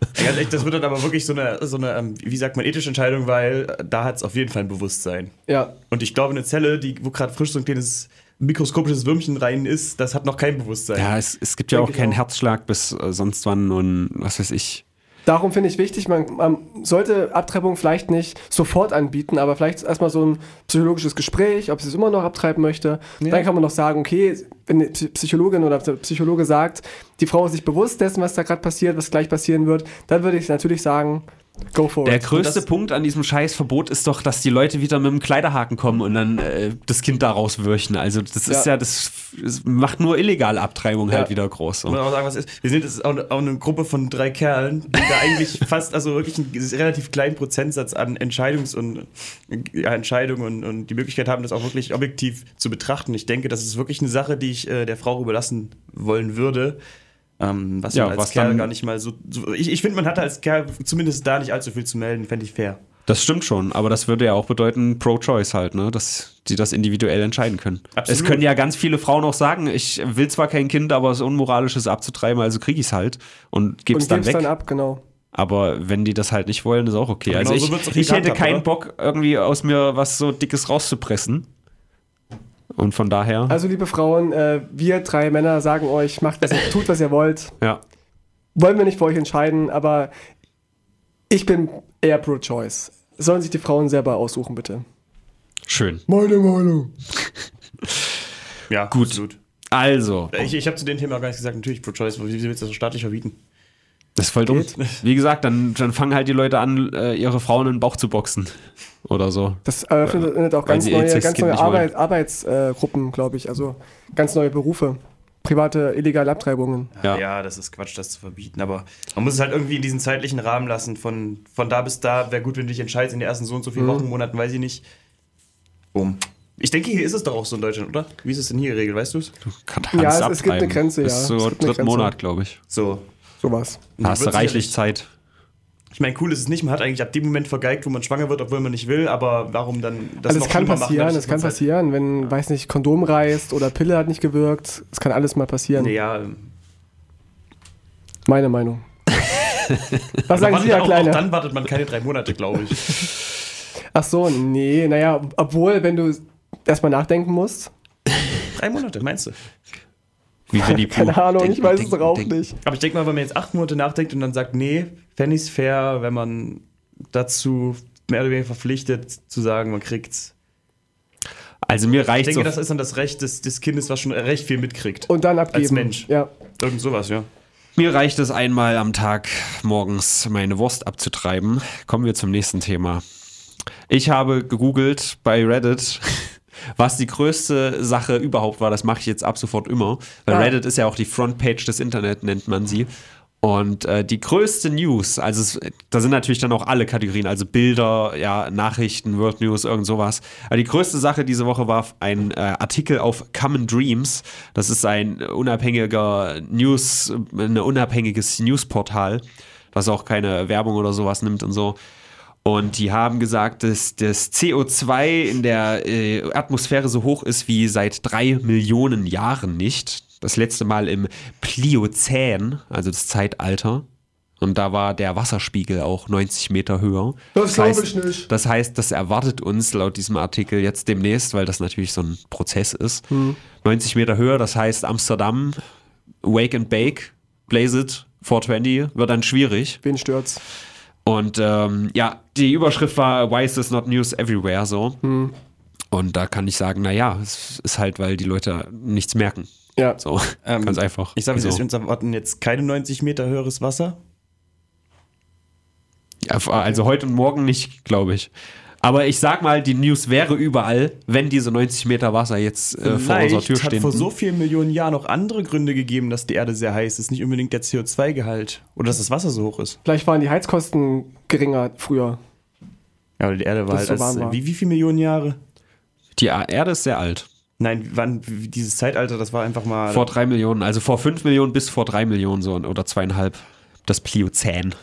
Speaker 1: Ganz ehrlich, das wird dann aber wirklich so eine, so eine ähm, wie sagt man, ethische Entscheidung, weil äh, da hat es auf jeden Fall ein Bewusstsein.
Speaker 2: ja,
Speaker 1: Und ich glaube, eine Zelle, die, wo gerade frisch so ein kleines mikroskopisches Würmchen rein ist, das hat noch kein Bewusstsein.
Speaker 3: Ja, es, es gibt ja auch
Speaker 2: Denke ich
Speaker 3: keinen
Speaker 2: auch.
Speaker 3: Herzschlag bis äh, sonst wann und was weiß ich.
Speaker 2: darum finde ich wichtig, man, man sollte Abtreibung vielleicht nicht sofort anbieten, aber vielleicht erstmal so ein psychologisches Gespräch, ob sie es immer noch abtreiben möchte. Dann kann man noch sagen, okay, wenn die Psy- Psychologin oder der Psychologe sagt, die Frau ist sich bewusst dessen, was da gerade passiert, was gleich passieren wird, dann würde ich natürlich sagen, go for
Speaker 3: Der
Speaker 2: it.
Speaker 3: größte
Speaker 1: das-
Speaker 3: Punkt an diesem Scheißverbot ist doch, dass die Leute wieder mit dem Kleiderhaken kommen und dann äh, das Kind da rauswürchen. Also das ist
Speaker 2: Ja.
Speaker 3: ja, das, das macht nur illegale Abtreibung halt
Speaker 2: Ja.
Speaker 3: wieder groß.
Speaker 1: Muss man auch sagen, was ist. Wir sind jetzt auch, auch eine Gruppe von drei Kerlen, die da eigentlich fast, also wirklich einen relativ kleinen Prozentsatz an Entscheidungs- und ja, Entscheidungen und, und die Möglichkeit haben, das auch wirklich objektiv zu betrachten. Ich denke, das ist wirklich eine Sache, die ich äh, der Frau überlassen wollen würde. Ähm, was
Speaker 3: Ja,
Speaker 1: man als
Speaker 3: was
Speaker 1: Kerl
Speaker 3: dann-
Speaker 1: gar nicht mal so. so ich ich finde, man hatte als Kerl zumindest da nicht allzu viel zu melden, fände ich fair.
Speaker 3: Das stimmt schon, aber das würde ja auch bedeuten Pro-Choice halt, ne? dass die das individuell entscheiden können.
Speaker 1: Absolut.
Speaker 3: Es können ja ganz viele Frauen auch sagen, ich will zwar kein Kind, aber es ist unmoralisch, es abzutreiben, also kriege ich es halt und gebe es
Speaker 2: und
Speaker 3: dann
Speaker 2: gib's
Speaker 3: weg.
Speaker 2: dann ab, genau.
Speaker 3: Aber wenn die das halt nicht wollen, ist auch okay.
Speaker 1: Genau
Speaker 3: Also
Speaker 1: so
Speaker 3: ich,
Speaker 1: wird's doch
Speaker 3: ich
Speaker 1: gehandhabt,
Speaker 3: hätte keinen
Speaker 1: oder?
Speaker 3: Bock, irgendwie aus mir was so Dickes rauszupressen. Und von daher,
Speaker 2: Also liebe Frauen, äh, wir drei Männer sagen euch, macht was ihr, tut was ihr wollt.
Speaker 3: ja.
Speaker 2: Wollen wir nicht für euch entscheiden, aber ich bin eher pro Choice. Sollen sich die Frauen selber aussuchen, bitte.
Speaker 3: Schön.
Speaker 2: Meine Meinung.
Speaker 1: Ja,
Speaker 3: Gut.
Speaker 1: absolut.
Speaker 3: Also,
Speaker 1: Ich, ich habe zu dem Thema gar nicht gesagt, natürlich Pro-Choice, wie wie willst du das staatlich verbieten?
Speaker 3: das ist voll dumm.
Speaker 2: Geht.
Speaker 3: Wie gesagt, dann, dann fangen halt die Leute an, äh, ihre Frauen in den Bauch zu boxen. Oder so.
Speaker 2: Das eröffnet auch
Speaker 3: Weil
Speaker 2: ganz
Speaker 3: sie
Speaker 2: neue,
Speaker 3: Aids-Sex
Speaker 2: ganz
Speaker 3: Kind
Speaker 2: neue
Speaker 3: nicht wollen.
Speaker 2: Arbeit, Arbeitsgruppen, glaube ich. Also ganz neue Berufe. Private illegale Abtreibungen.
Speaker 3: Ja.
Speaker 1: Ja. das ist Quatsch, das zu verbieten. Aber man muss es halt irgendwie in diesen zeitlichen Rahmen lassen. Von, von da bis da wäre gut, wenn du dich entscheidest in den ersten so und so
Speaker 2: Mhm.
Speaker 1: vielen Wochen, Monaten, weiß ich nicht. Boom. Ich denke, hier ist es doch auch so in Deutschland, oder? Wie ist es denn hier geregelt, weißt du es?
Speaker 3: Kann
Speaker 2: Ja,
Speaker 3: alles
Speaker 2: es- es gibt eine
Speaker 3: abtreiben.
Speaker 2: Grenze, ja.
Speaker 3: Bis
Speaker 2: Es
Speaker 3: so
Speaker 2: gibt eine
Speaker 3: dritten
Speaker 2: Grenze.
Speaker 3: Monat, glaube ich.
Speaker 1: So.
Speaker 2: Sowas.
Speaker 3: Da hast du
Speaker 1: Wird
Speaker 3: reichlich
Speaker 1: sicherlich-
Speaker 3: Zeit.
Speaker 1: Ich meine, cool ist es nicht, man hat eigentlich ab dem Moment vergeigt, wo man schwanger wird, obwohl man nicht will, aber warum dann das
Speaker 2: also es kann
Speaker 1: schlimmer machen,
Speaker 2: passieren,
Speaker 1: dadurch,
Speaker 2: es
Speaker 1: dass
Speaker 2: kann
Speaker 1: man's halt-
Speaker 2: passieren, wenn, weiß nicht, Kondom reißt oder Pille hat nicht gewirkt. Es kann alles mal passieren.
Speaker 1: Naja, ähm,
Speaker 2: Meine Meinung. Was sagen
Speaker 1: wartet-
Speaker 2: Sie, Herr
Speaker 1: auch,
Speaker 2: Kleiner?
Speaker 1: auch dann wartet man keine drei Monate, glaube ich.
Speaker 2: Ach so, nee, naja, obwohl, wenn du erstmal nachdenken musst.
Speaker 1: drei Monate, meinst du?
Speaker 3: Wie Winnie Pooh.
Speaker 2: Keine Ahnung, ich
Speaker 3: Denken,
Speaker 2: weiß es
Speaker 3: denken,
Speaker 2: auch
Speaker 3: denken.
Speaker 2: nicht.
Speaker 1: Aber ich denke mal, wenn man jetzt acht Monate nachdenkt und dann sagt, nee, fände ich es fair, wenn man dazu mehr oder weniger verpflichtet zu sagen, man kriegt's.
Speaker 3: Also mir
Speaker 1: Ich
Speaker 3: reicht
Speaker 1: denke,
Speaker 3: so.
Speaker 1: das ist dann das Recht des, des Kindes, was schon recht viel mitkriegt.
Speaker 2: Und dann abgeben.
Speaker 1: Mensch.
Speaker 2: Ja.
Speaker 1: Irgend sowas, ja.
Speaker 3: Mir reicht es einmal am Tag morgens meine Wurst abzutreiben. Kommen wir zum nächsten Thema. Ich habe gegoogelt bei Reddit, was die größte Sache überhaupt war. Das mache ich jetzt ab sofort immer. Weil
Speaker 2: Ah.
Speaker 3: Reddit ist ja auch die Frontpage des Internet, nennt man sie. Und äh, die größte News, also es, da sind natürlich dann auch alle Kategorien, also Bilder, ja, Nachrichten, World News, irgend sowas. Aber die größte Sache diese Woche war ein äh, Artikel auf Common Dreams. Das ist ein unabhängiger News, ein unabhängiges äh, Newsportal. was auch keine Werbung oder sowas nimmt und so. Und die haben gesagt, dass das CO2 in der äh, Atmosphäre so hoch ist wie seit drei Millionen Jahren nicht. Das letzte Mal im Pliozän, also das Zeitalter. Und da war der Wasserspiegel auch 90 Meter höher.
Speaker 2: Das glaub ich
Speaker 3: heißt,
Speaker 2: nicht.
Speaker 3: Das heißt, das erwartet uns laut diesem Artikel jetzt demnächst, weil das natürlich so ein Prozess ist.
Speaker 2: Hm.
Speaker 3: 90 Meter höher, das heißt Amsterdam, Wake and Bake, Blaze It, 420, wird dann schwierig.
Speaker 2: Wen stört's?
Speaker 3: Und ähm, ja, die Überschrift war Why is this not news everywhere so.
Speaker 1: Hm.
Speaker 3: Und da kann ich sagen, naja, es ist halt, weil die Leute nichts merken.
Speaker 2: Ja.
Speaker 3: So,
Speaker 1: Ähm,
Speaker 3: ganz einfach. Also,
Speaker 1: Ich sage,
Speaker 3: so.
Speaker 1: uns erwarten jetzt keine 90 Meter höheres Wasser.
Speaker 3: Ja, Also heute und morgen nicht, glaube ich. Aber ich sag mal, die News wäre überall, wenn diese 90 Meter Wasser jetzt äh, vor unserer Tür
Speaker 1: hat
Speaker 3: stehen.
Speaker 1: vor so vielen Millionen Jahren noch andere Gründe gegeben, dass die Erde sehr heiß ist. Nicht unbedingt der CO2-Gehalt oder dass das Wasser so hoch ist.
Speaker 2: Vielleicht waren die Heizkosten geringer früher.
Speaker 1: Ja, aber die Erde war halt
Speaker 2: Dass es so
Speaker 1: als,
Speaker 2: warm war.
Speaker 1: wie, wie viele Millionen Jahre?
Speaker 3: die A- Erde ist sehr alt.
Speaker 1: Nein, wann wie- dieses Zeitalter, das war einfach mal
Speaker 3: Vor drei Millionen, also vor fünf Millionen bis vor drei Millionen so oder zweieinhalb. Das Pliozän.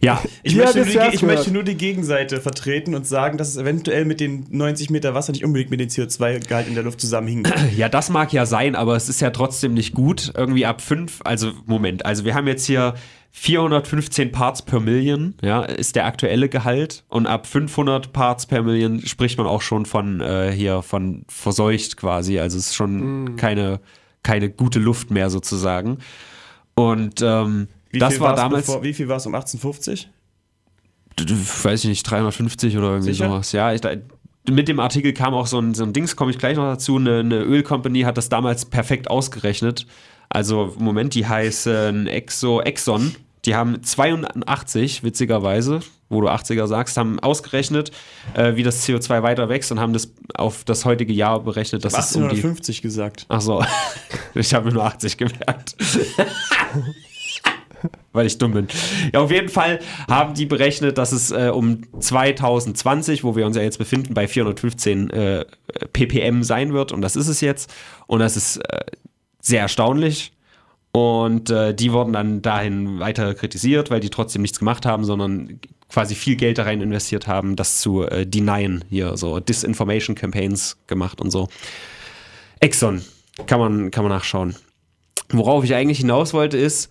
Speaker 3: Ja,
Speaker 1: Ich,
Speaker 2: Ja,
Speaker 1: möchte, nur
Speaker 2: das
Speaker 1: die, Ge-
Speaker 2: wär's
Speaker 1: ich
Speaker 2: mir.
Speaker 1: möchte nur die Gegenseite vertreten und sagen, dass es eventuell mit den 90 Meter Wasser nicht unbedingt mit dem CO2-Gehalt in der Luft zusammenhing.
Speaker 3: Ja, das mag ja sein, aber es ist ja trotzdem nicht gut. Irgendwie ab 5, also Moment, also wir haben jetzt hier 415 Parts per Million, ja, ist der aktuelle Gehalt. Und ab 500 Parts per Million spricht man auch schon von äh, hier, von verseucht quasi. Also es ist schon
Speaker 1: Mhm.
Speaker 3: keine, keine gute Luft mehr sozusagen. Und ähm,
Speaker 1: Wie
Speaker 3: das
Speaker 1: viel
Speaker 3: war
Speaker 1: war's
Speaker 3: damals,
Speaker 1: Bevor, wie viel war es um 1850?
Speaker 3: d- d- weiß ich nicht, 350 oder irgendwie
Speaker 1: Sicher?
Speaker 3: sowas. Ja, ich, da, mit dem Artikel kam auch so ein, so ein Dings, komme ich gleich noch dazu. Eine, eine Ölcompany hat das damals perfekt ausgerechnet. Also im Moment, die heißen Exo, Exxon. Die haben 82, witzigerweise, wo du 80er sagst, haben ausgerechnet, äh, wie das CO2 weiter wächst und haben das auf das heutige Jahr berechnet. Das ist um die
Speaker 1: 1850 gesagt.
Speaker 3: Ach so, ich habe mir nur 80 gemerkt. Weil ich dumm bin. Ja, auf jeden Fall haben die berechnet, dass es äh, um 2020, wo wir uns ja jetzt befinden, bei 415 äh, ppm sein wird. Und das ist es jetzt. Und das ist äh, sehr erstaunlich. Und äh, die wurden dann dahin weiter kritisiert, weil die trotzdem nichts gemacht haben, sondern quasi viel Geld da rein investiert haben, das zu äh, denyen hier, so Disinformation Campaigns gemacht und so. Exxon, kann man, kann man nachschauen. Worauf ich eigentlich hinaus wollte ist,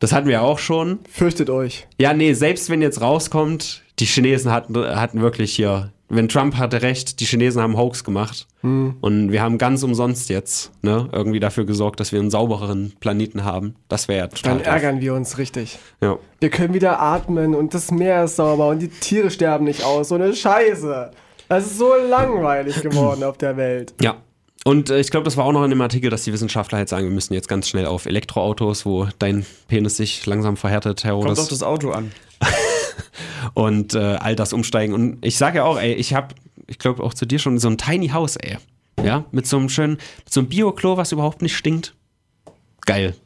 Speaker 3: das hatten wir auch schon.
Speaker 2: Fürchtet euch.
Speaker 3: Ja, nee, selbst wenn jetzt rauskommt, die Chinesen hatten, hatten wirklich hier, wenn Trump hatte recht, die Chinesen haben Hoax gemacht. Und wir haben ganz umsonst jetzt ne, irgendwie dafür gesorgt, dass wir einen saubereren Planeten haben. Das wäre ja total.
Speaker 2: Dann ärgern wir uns richtig.
Speaker 3: Ja.
Speaker 2: Wir können wieder atmen und das Meer ist sauber und die Tiere sterben nicht aus. So eine Scheiße. Das ist so langweilig geworden auf der Welt.
Speaker 3: Ja. Und äh, ich glaube, das war auch noch in dem Artikel, dass die Wissenschaftler halt sagen, wir müssen jetzt ganz schnell auf Elektroautos, wo dein Penis sich langsam verhärtet, Herr
Speaker 1: Kommt
Speaker 3: Rhodes.
Speaker 1: auf das Auto an.
Speaker 3: und äh, all das umsteigen. Und ich sage ja auch, ey, ich habe, ich glaube auch zu dir schon so ein Tiny House, ey. Ja, mit so einem schönen, mit so einem Bio-Klo, was überhaupt nicht stinkt. Geil.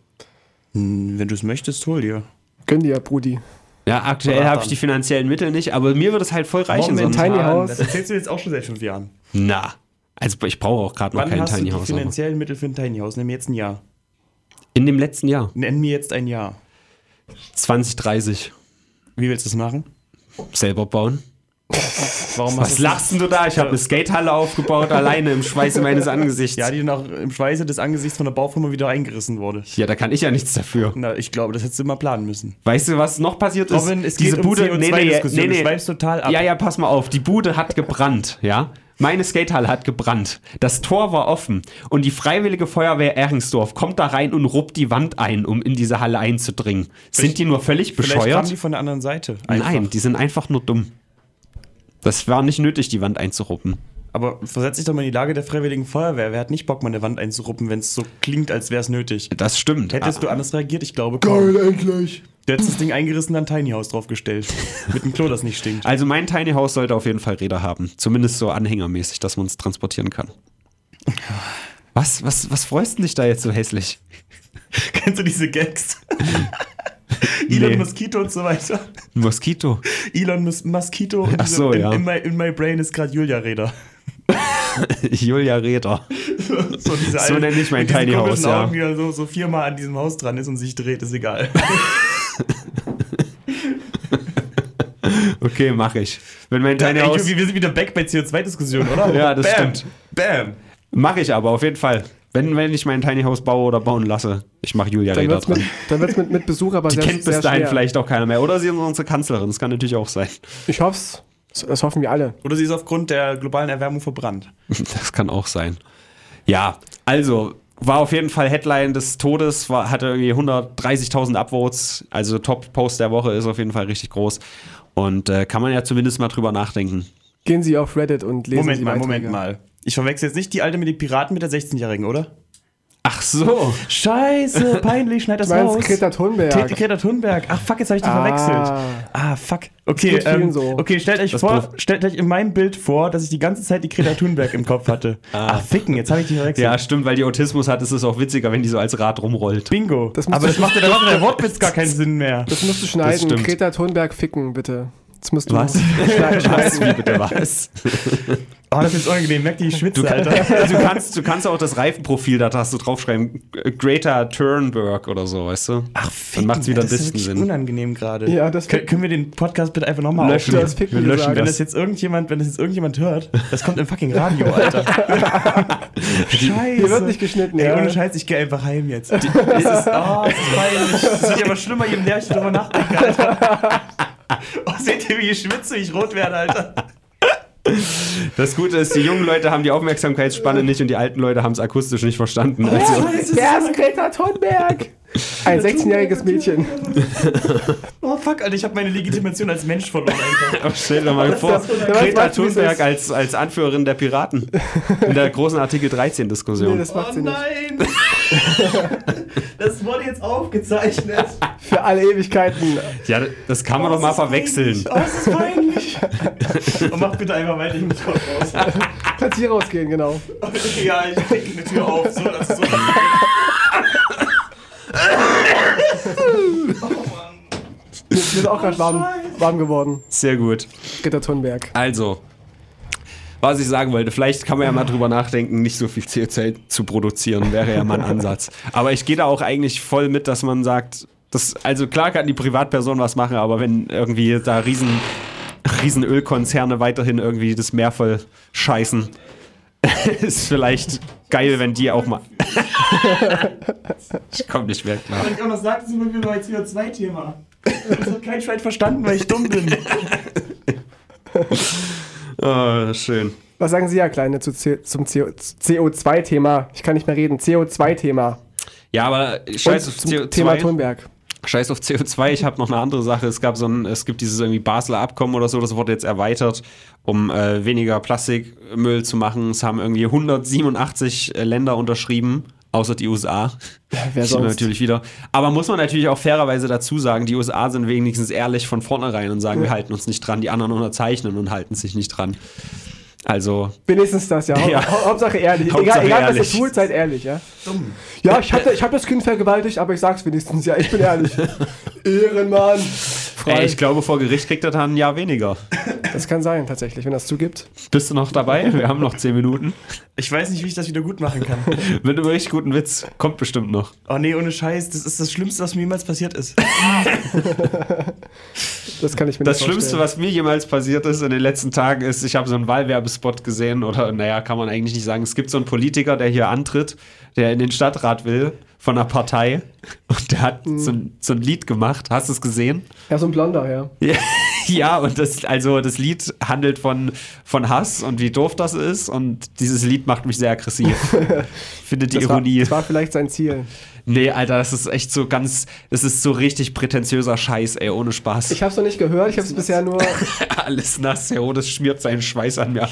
Speaker 1: Hm, Wenn du es möchtest, hol dir.
Speaker 2: Gönn dir, Brudi.
Speaker 3: Ja, aktuell
Speaker 1: Berater.
Speaker 3: habe ich die finanziellen Mittel nicht, aber mir würde es halt voll reichen.
Speaker 2: Moment,
Speaker 3: So
Speaker 2: Tiny
Speaker 3: ein-
Speaker 2: House.
Speaker 1: Das erzählst du jetzt auch schon seit fünf Jahren.
Speaker 3: Na, also ich brauche auch gerade noch
Speaker 1: Wann
Speaker 3: kein
Speaker 1: hast
Speaker 3: Tiny
Speaker 1: du die
Speaker 3: House. aber-
Speaker 1: finanziellen Mittel für ein Tiny House? Nimm mir jetzt ein Jahr.
Speaker 3: In dem letzten Jahr,
Speaker 1: Nenn mir jetzt ein Jahr.
Speaker 3: 2030,
Speaker 1: Wie willst du das machen?
Speaker 3: selber bauen.
Speaker 1: Warum
Speaker 3: Was
Speaker 1: hast du
Speaker 3: lachst denn du da? Ich habe eine Skatehalle aufgebaut, alleine im Schweiße meines Angesichts.
Speaker 1: Ja, die nach, im Schweiße des Angesichts von der Baufirma wieder eingerissen wurde.
Speaker 3: ja, da kann ich ja nichts dafür.
Speaker 1: Na, ich glaube, das hättest du mal planen müssen.
Speaker 3: Weißt du, was noch passiert ist?
Speaker 1: Robin, es geht um CO2-Diskussion. Du schweifst total ab.
Speaker 3: Ja, ja, pass mal auf. Die Bude hat gebrannt, ja? Meine Skatehalle hat gebrannt. Das Tor war offen. Und die Freiwillige Feuerwehr Eringsdorf kommt da rein und ruppt die Wand ein, um in diese Halle einzudringen. Sind die nur völlig
Speaker 1: Vielleicht kamen
Speaker 3: bescheuert?
Speaker 1: die von der anderen Seite. einfach.
Speaker 3: Nein, die sind einfach nur dumm. Das war nicht nötig, die Wand einzuruppen.
Speaker 1: Aber versetz dich doch mal in die Lage der Freiwilligen Feuerwehr. Wer hat nicht Bock, mal eine Wand einzuruppen, wenn es so klingt, als wäre es nötig?
Speaker 3: Das stimmt. Ah,
Speaker 1: Hättest du anders reagiert, ich glaube. kaum.
Speaker 2: Geil, endlich.
Speaker 1: Du hättest das Ding eingerissen, dann Tiny House draufgestellt. Mit einem Klo, das nicht stinkt.
Speaker 3: Also mein Tiny House sollte auf jeden Fall Räder haben. Zumindest so anhängermäßig, dass man es transportieren kann. Was, was, was freust du dich da jetzt so hässlich?
Speaker 1: Kennst du diese Gags? Elon
Speaker 3: Nee.
Speaker 1: Mosquito und so weiter.
Speaker 3: Ein Moskito.
Speaker 1: Elon Mus Mosquito. und
Speaker 3: Ach
Speaker 1: diese-
Speaker 3: so,
Speaker 1: in,
Speaker 3: ja.
Speaker 1: In my, in my brain ist gerade Julia Räder.
Speaker 3: Julia Räder.
Speaker 1: So, diese
Speaker 3: So nenne ich mein
Speaker 1: mit diesen
Speaker 3: Tiny
Speaker 1: komischen
Speaker 3: House, ja.
Speaker 1: Augen, die er so, so viermal an diesem Haus dran ist und sich dreht, ist egal.
Speaker 3: Okay, mache ich. Wenn mein Tiny
Speaker 1: Ey,
Speaker 3: House.
Speaker 1: Jubi, wir sind wieder back bei CO2-Diskussion, oder?
Speaker 3: Ja, das
Speaker 1: Bam.
Speaker 3: stimmt.
Speaker 1: Bam.
Speaker 3: Mache ich aber, auf jeden Fall. Wenn, wenn ich mein Tiny House baue oder bauen lasse, ich mache Julia
Speaker 2: Dann
Speaker 3: Räder
Speaker 2: wird es mit,
Speaker 3: dran.
Speaker 2: dann wird's mit, mit Besuch aber
Speaker 3: Die
Speaker 2: sehr,
Speaker 3: kennt bis
Speaker 2: sehr
Speaker 3: dahin
Speaker 2: schwer.
Speaker 3: vielleicht auch keiner mehr. Oder sie ist unsere Kanzlerin, das kann natürlich auch sein.
Speaker 2: Ich hoffe es. Das hoffen wir alle.
Speaker 1: Oder sie ist aufgrund der globalen Erwärmung verbrannt.
Speaker 3: Das kann auch sein. Ja, also war auf jeden Fall Headline des Todes, war, hatte irgendwie 130.000 Upvotes, also Top-Post der Woche ist auf jeden Fall richtig groß. Und äh, kann man ja zumindest mal drüber nachdenken.
Speaker 2: Gehen Sie auf Reddit und lesen
Speaker 1: Moment
Speaker 2: Sie
Speaker 1: mal,
Speaker 2: Beiträge.
Speaker 1: Moment mal. Ich verwechsel jetzt nicht die Alte mit den Piraten mit der 16-Jährigen, oder?
Speaker 3: Ach so.
Speaker 1: Scheiße, peinlich, schneid das
Speaker 2: Du meinst Greta Thunberg.
Speaker 1: Tete Greta Thunberg. Ach fuck, jetzt habe ich die
Speaker 2: Ah.
Speaker 1: verwechselt. Ah fuck. Okay,
Speaker 2: geht vielen
Speaker 1: ähm,
Speaker 2: so.
Speaker 1: okay stellt, euch
Speaker 3: Das
Speaker 1: vor,
Speaker 3: Prof-
Speaker 1: stellt euch in meinem Bild vor, dass ich die ganze Zeit die Greta Thunberg im Kopf hatte.
Speaker 2: Ah.
Speaker 1: Ach ficken, jetzt habe ich die verwechselt.
Speaker 3: Ja, stimmt, weil die Autismus hat, ist es auch witziger, wenn die so als Rad rumrollt.
Speaker 1: Bingo.
Speaker 2: Das musst
Speaker 1: Aber
Speaker 2: du-
Speaker 1: das macht ja dann macht der Wortwitz gar keinen Sinn mehr.
Speaker 2: Das musst du schneiden.
Speaker 3: stimmt.
Speaker 2: Greta Thunberg ficken, bitte. Das musst du
Speaker 3: Was?
Speaker 2: schneiden.
Speaker 3: Was? Wie bitte was?
Speaker 1: Oh, das ist jetzt unangenehm. Merkt ihr, ich schwitze,
Speaker 3: Du,
Speaker 1: Alter.
Speaker 3: kannst, du, kannst, du kannst auch das Reifenprofil, da hast du draufschreiben, Greater Turnberg oder so, weißt du?
Speaker 1: Ach,
Speaker 3: Dann macht's wieder
Speaker 1: das ist
Speaker 3: ein bisschen
Speaker 1: wirklich
Speaker 3: Sinn.
Speaker 1: unangenehm gerade.
Speaker 2: Ja, das-
Speaker 1: Kön können wir den Podcast bitte einfach nochmal
Speaker 3: Löschen.
Speaker 1: aufnehmen?
Speaker 2: das Ficken
Speaker 3: Wir löschen
Speaker 2: gesagt.
Speaker 1: Wenn das jetzt irgendjemand, wenn das jetzt irgendjemand hört, das kommt im fucking Radio, Alter. Scheiße.
Speaker 2: Hier wird nicht geschnitten,
Speaker 1: Ey,
Speaker 2: ja.
Speaker 1: ohne Scheiß, ich gehe einfach heim jetzt. Die, das ist, oh, das ist peinlich. Das wird aber schlimmer, je mehr ich darüber nachdenke, Alter. Oh, seht ihr, wie ich schwitze, wie ich rot werde, Alter.
Speaker 3: Das Gute ist, die jungen Leute haben die Aufmerksamkeitsspanne nicht und die alten Leute haben es akustisch nicht verstanden. Also,
Speaker 2: Wer ist Greta Thunberg? Ein 16-jähriges Mädchen.
Speaker 1: Oh, fuck, Alter, ich habe meine Legitimation als Mensch verloren, Alter.
Speaker 3: Aber stell dir mal vor,
Speaker 2: das- das-
Speaker 3: Greta
Speaker 2: das- das-
Speaker 3: Thunberg als, als Anführerin der Piraten in der großen Artikel 13-Diskussion.
Speaker 2: Nee, das macht
Speaker 1: oh
Speaker 2: sie nicht.
Speaker 1: nein! Das wurde jetzt aufgezeichnet.
Speaker 2: Für alle Ewigkeiten.
Speaker 3: ja, das kann man doch mal verwechseln.
Speaker 1: Oh, das ist peinlich. Und mach bitte einfach weiter, ich muss kurz raus.
Speaker 2: Kannst hier rausgehen, genau.
Speaker 1: Ja, ich krieg eine Tür auf, so, das ist so.
Speaker 2: Mir mir ist auch gerade warm, warm geworden.
Speaker 3: Sehr gut.
Speaker 2: Greta Thunberg.
Speaker 3: Also, was ich sagen wollte, vielleicht kann man ja mal drüber nachdenken, nicht so viel CO2 zu produzieren, wäre ja mal ein Ansatz. Aber ich gehe da auch eigentlich voll mit, dass man sagt, das, also klar kann die Privatperson was machen, aber wenn irgendwie da riesen, riesen Ölkonzerne weiterhin irgendwie das Meer voll scheißen, ist vielleicht geil, wenn die auch mal... ich komme nicht mehr klar.
Speaker 1: Wenn ich auch noch sage, sind wir wieder bei CO2-Thema. Das hat kein Schwein verstanden, weil ich dumm bin.
Speaker 3: Oh, schön.
Speaker 2: Was sagen Sie ja, Kleine, zu C zum CO CO2-Thema? Ich kann nicht mehr reden. CO2-Thema.
Speaker 3: Ja, aber
Speaker 2: Und
Speaker 3: scheiß auf
Speaker 2: zum
Speaker 3: CO2.
Speaker 2: Thema Thunberg.
Speaker 3: Scheiß auf CO2, ich habe noch eine andere Sache. Es gab so ein, es gibt dieses irgendwie Basler Abkommen oder so, das wurde jetzt erweitert, um äh, weniger Plastikmüll zu machen. Es haben irgendwie 187 Länder unterschrieben, außer die USA.
Speaker 2: wer
Speaker 3: Sieht man
Speaker 2: sonst?
Speaker 3: natürlich wieder. Aber muss man natürlich auch fairerweise dazu sagen, die USA sind wenigstens ehrlich von vornherein und sagen, wir halten uns nicht dran, die anderen unterzeichnen und halten sich nicht dran. Also,
Speaker 2: Wenigstens das, ja. Hau-
Speaker 3: Ja.
Speaker 2: Hau- Hauptsache ehrlich.
Speaker 3: Hauptsache
Speaker 2: egal, egal was
Speaker 3: ehrlich.
Speaker 2: ihr tut, seid ehrlich, ja. Ja, ich habe ich hab das Kind vergewaltigt, aber ich sag's wenigstens, ja. Ich bin ehrlich. Ehrenmann. Frei.
Speaker 3: ey, äh, ich glaube, vor Gericht kriegt er dann ein Jahr weniger.
Speaker 2: das kann sein, tatsächlich, wenn das zugibt.
Speaker 3: Bist du noch dabei? Wir haben noch 10 Minuten.
Speaker 1: Ich weiß nicht, wie ich das wieder gut machen kann.
Speaker 3: Mit einem richtig guten Witz. Kommt bestimmt noch.
Speaker 1: Oh nee, ohne Scheiß, das ist das Schlimmste, was mir jemals passiert ist.
Speaker 2: Das kann ich mir
Speaker 3: Das
Speaker 2: nicht
Speaker 3: Schlimmste, was mir jemals passiert ist in den letzten Tagen, ist, ich habe so einen Wahlwerbespot gesehen oder, naja, kann man eigentlich nicht sagen. Es gibt so einen Politiker, der hier antritt, der in den Stadtrat will von einer Partei und der hat
Speaker 2: Mhm.
Speaker 3: so, ein, so ein Lied gemacht. Hast du es gesehen?
Speaker 2: Ja, so ein Blonder, ja.
Speaker 3: Ja, ja und das, also das Lied handelt von, von Hass und wie doof das ist und dieses Lied macht mich sehr aggressiv. Finde die
Speaker 2: Das war,
Speaker 3: Ironie.
Speaker 2: das war vielleicht sein Ziel.
Speaker 3: nee, Alter, das ist echt so ganz, das ist so richtig prätentiöser Scheiß, ey, ohne Spaß.
Speaker 2: Ich hab's noch nicht gehört, ich hab's bisher nur.
Speaker 3: Alles nass, ja, oh, das schmiert seinen Schweiß an mir ab.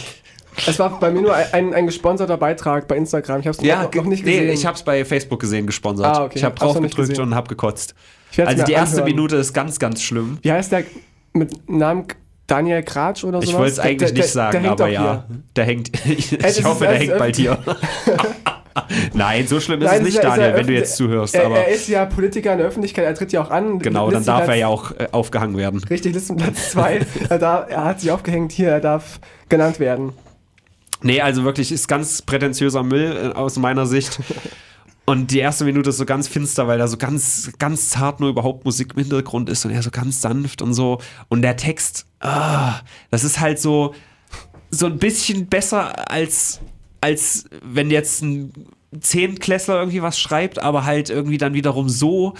Speaker 2: Es war bei mir nur ein, ein, ein gesponserter Beitrag bei Instagram. Ich hab's
Speaker 3: Ja,
Speaker 2: noch, noch nicht
Speaker 3: nee,
Speaker 2: gesehen.
Speaker 3: ich hab's bei Facebook gesehen, gesponsert.
Speaker 2: Ah, okay.
Speaker 3: Ich habe
Speaker 2: Hab's noch
Speaker 3: drauf
Speaker 2: nicht
Speaker 3: gedrückt
Speaker 2: gesehen.
Speaker 3: und hab gekotzt.
Speaker 2: Ich werd's
Speaker 3: Also
Speaker 2: mir
Speaker 3: die erste
Speaker 2: anhören.
Speaker 3: Minute ist ganz, ganz schlimm.
Speaker 2: Wie heißt der mit Namen Daniel Kratsch oder sowas?
Speaker 3: Ich wollte es
Speaker 2: Der- der-
Speaker 3: eigentlich nicht
Speaker 2: der- der
Speaker 3: sagen,
Speaker 2: hängt
Speaker 3: aber
Speaker 2: doch
Speaker 3: ja,
Speaker 2: hier.
Speaker 3: der hängt. Ich,
Speaker 2: das ist
Speaker 3: hoffe, der
Speaker 2: alles
Speaker 3: hängt bald hier. Nein, so schlimm ist
Speaker 2: Nein,
Speaker 3: es nicht,
Speaker 2: ist ja- ist ja
Speaker 3: Daniel, wenn du
Speaker 2: öffentlich-
Speaker 3: jetzt zuhörst.
Speaker 2: Er,
Speaker 3: aber
Speaker 2: er ist ja Politiker in der Öffentlichkeit, er tritt ja auch an.
Speaker 3: genau, dann darf
Speaker 2: Listenplatz-
Speaker 3: er ja auch äh, aufgehangen werden.
Speaker 2: Richtig, Listenplatz 2. er, darf- er hat sich aufgehängt hier, er darf genannt werden.
Speaker 3: Nee, also wirklich ist ganz prätentiöser Müll äh, aus meiner Sicht. Und die erste Minute ist so ganz finster, weil da so ganz, ganz zart nur überhaupt Musik im Hintergrund ist und er so ganz sanft und so. Und der Text, ah, das ist halt so, so ein bisschen besser als, als wenn jetzt ein Zehntklässler irgendwie was schreibt, aber halt irgendwie dann wiederum so,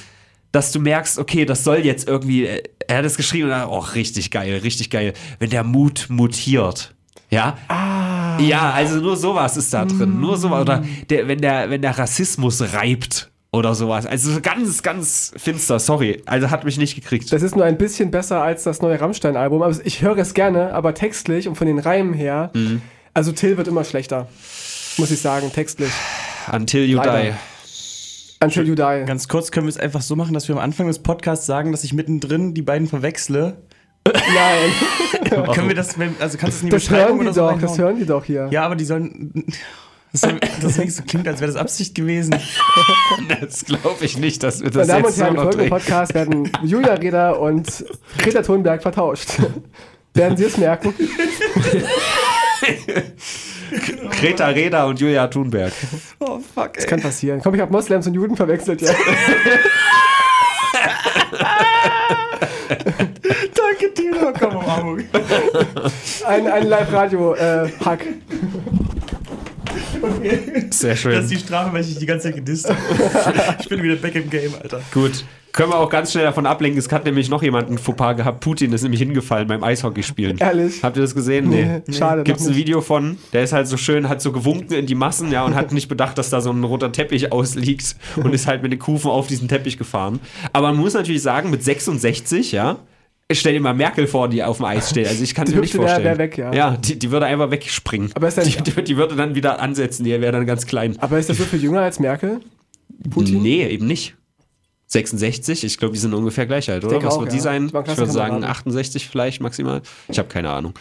Speaker 3: dass du merkst, okay, das soll jetzt irgendwie, er hat es geschrieben und dann, oh, richtig geil, richtig geil, wenn der Mut mutiert. Ja?
Speaker 2: Ah.
Speaker 3: Ja, also nur sowas ist da
Speaker 2: Mm.
Speaker 3: drin, nur sowas. Oder der, wenn, der, wenn der Rassismus reibt oder sowas. Also so ganz, ganz finster, sorry. Also hat mich nicht gekriegt.
Speaker 2: Das ist nur ein bisschen besser als das neue Rammstein-Album. Aber ich höre es gerne, aber textlich und von den Reimen her, also Till wird immer schlechter. Muss ich sagen, textlich.
Speaker 3: Until you
Speaker 2: Leider.
Speaker 3: die.
Speaker 2: Until you die.
Speaker 1: Ganz kurz können wir es einfach so machen, dass wir am Anfang des Podcasts sagen, dass ich mittendrin die beiden verwechsle.
Speaker 2: Nein.
Speaker 1: Können wir das, wenn- also kannst du es in die
Speaker 2: Das hören
Speaker 1: Beschreibung
Speaker 2: die
Speaker 1: oder so
Speaker 2: doch,
Speaker 1: reinhauen?
Speaker 2: das hören die doch hier.
Speaker 1: Ja, aber die sollen. Das, soll, das klingt so klingt, als wäre das Absicht gewesen.
Speaker 3: Das glaube ich nicht, dass wir das
Speaker 2: Meine Damen
Speaker 3: jetzt
Speaker 2: und
Speaker 3: so
Speaker 2: Herren, im
Speaker 3: noch
Speaker 2: folgenden
Speaker 3: drehen.
Speaker 2: Podcast werden Julia Reda und Greta Thunberg vertauscht. werden Sie es merken?
Speaker 3: Greta Reda und Julia Thunberg.
Speaker 1: Oh fuck, ey.
Speaker 2: Kann passieren. Komm, ich habe Moslems und Juden verwechselt, ja.
Speaker 1: Danke dir, komm am Hamburg.
Speaker 2: Ein, ein äh, Live-Radio-Hack.
Speaker 3: Sehr schön.
Speaker 1: Das ist die Strafe, weil ich dich die ganze Zeit gedisst habe. Ich bin wieder back im Game, Alter.
Speaker 3: Gut. Können wir auch ganz schnell davon ablenken, es hat nämlich noch jemand einen Fauxpas gehabt. Putin ist nämlich hingefallen beim Eishockeyspielen.
Speaker 2: Ehrlich?
Speaker 3: Habt ihr das gesehen? Nee.
Speaker 2: Schade. noch
Speaker 3: Gibt es ein
Speaker 2: nicht.
Speaker 3: Video von, der ist halt so schön, hat so gewunken in die Massen, ja, und hat nicht bedacht, dass da so ein roter Teppich ausliegt und ist halt mit den Kufen auf diesen Teppich gefahren. Aber man muss natürlich sagen, mit 66, ja, stell dir mal Merkel vor, die auf dem Eis steht. Also ich kann es
Speaker 2: Die
Speaker 3: mir nicht
Speaker 2: hüpfte wär-
Speaker 3: vorstellen.
Speaker 2: wär weg, ja.
Speaker 3: Ja, die, die würde einfach wegspringen.
Speaker 2: Aber ist ja
Speaker 3: die,
Speaker 2: nicht-
Speaker 3: die, die würde dann wieder ansetzen, die wäre dann ganz klein.
Speaker 2: Aber ist das so viel jünger als Merkel? Putin?
Speaker 3: Nee, eben nicht. 66, ich glaube, die sind ungefähr gleich alt, oder?
Speaker 2: denke
Speaker 3: Was
Speaker 2: auch,
Speaker 3: wird
Speaker 2: ja.
Speaker 3: die sein?
Speaker 2: Das waren
Speaker 3: Ich würde sagen
Speaker 2: Klassenkameraden.
Speaker 3: 68 vielleicht maximal. Ich habe keine Ahnung.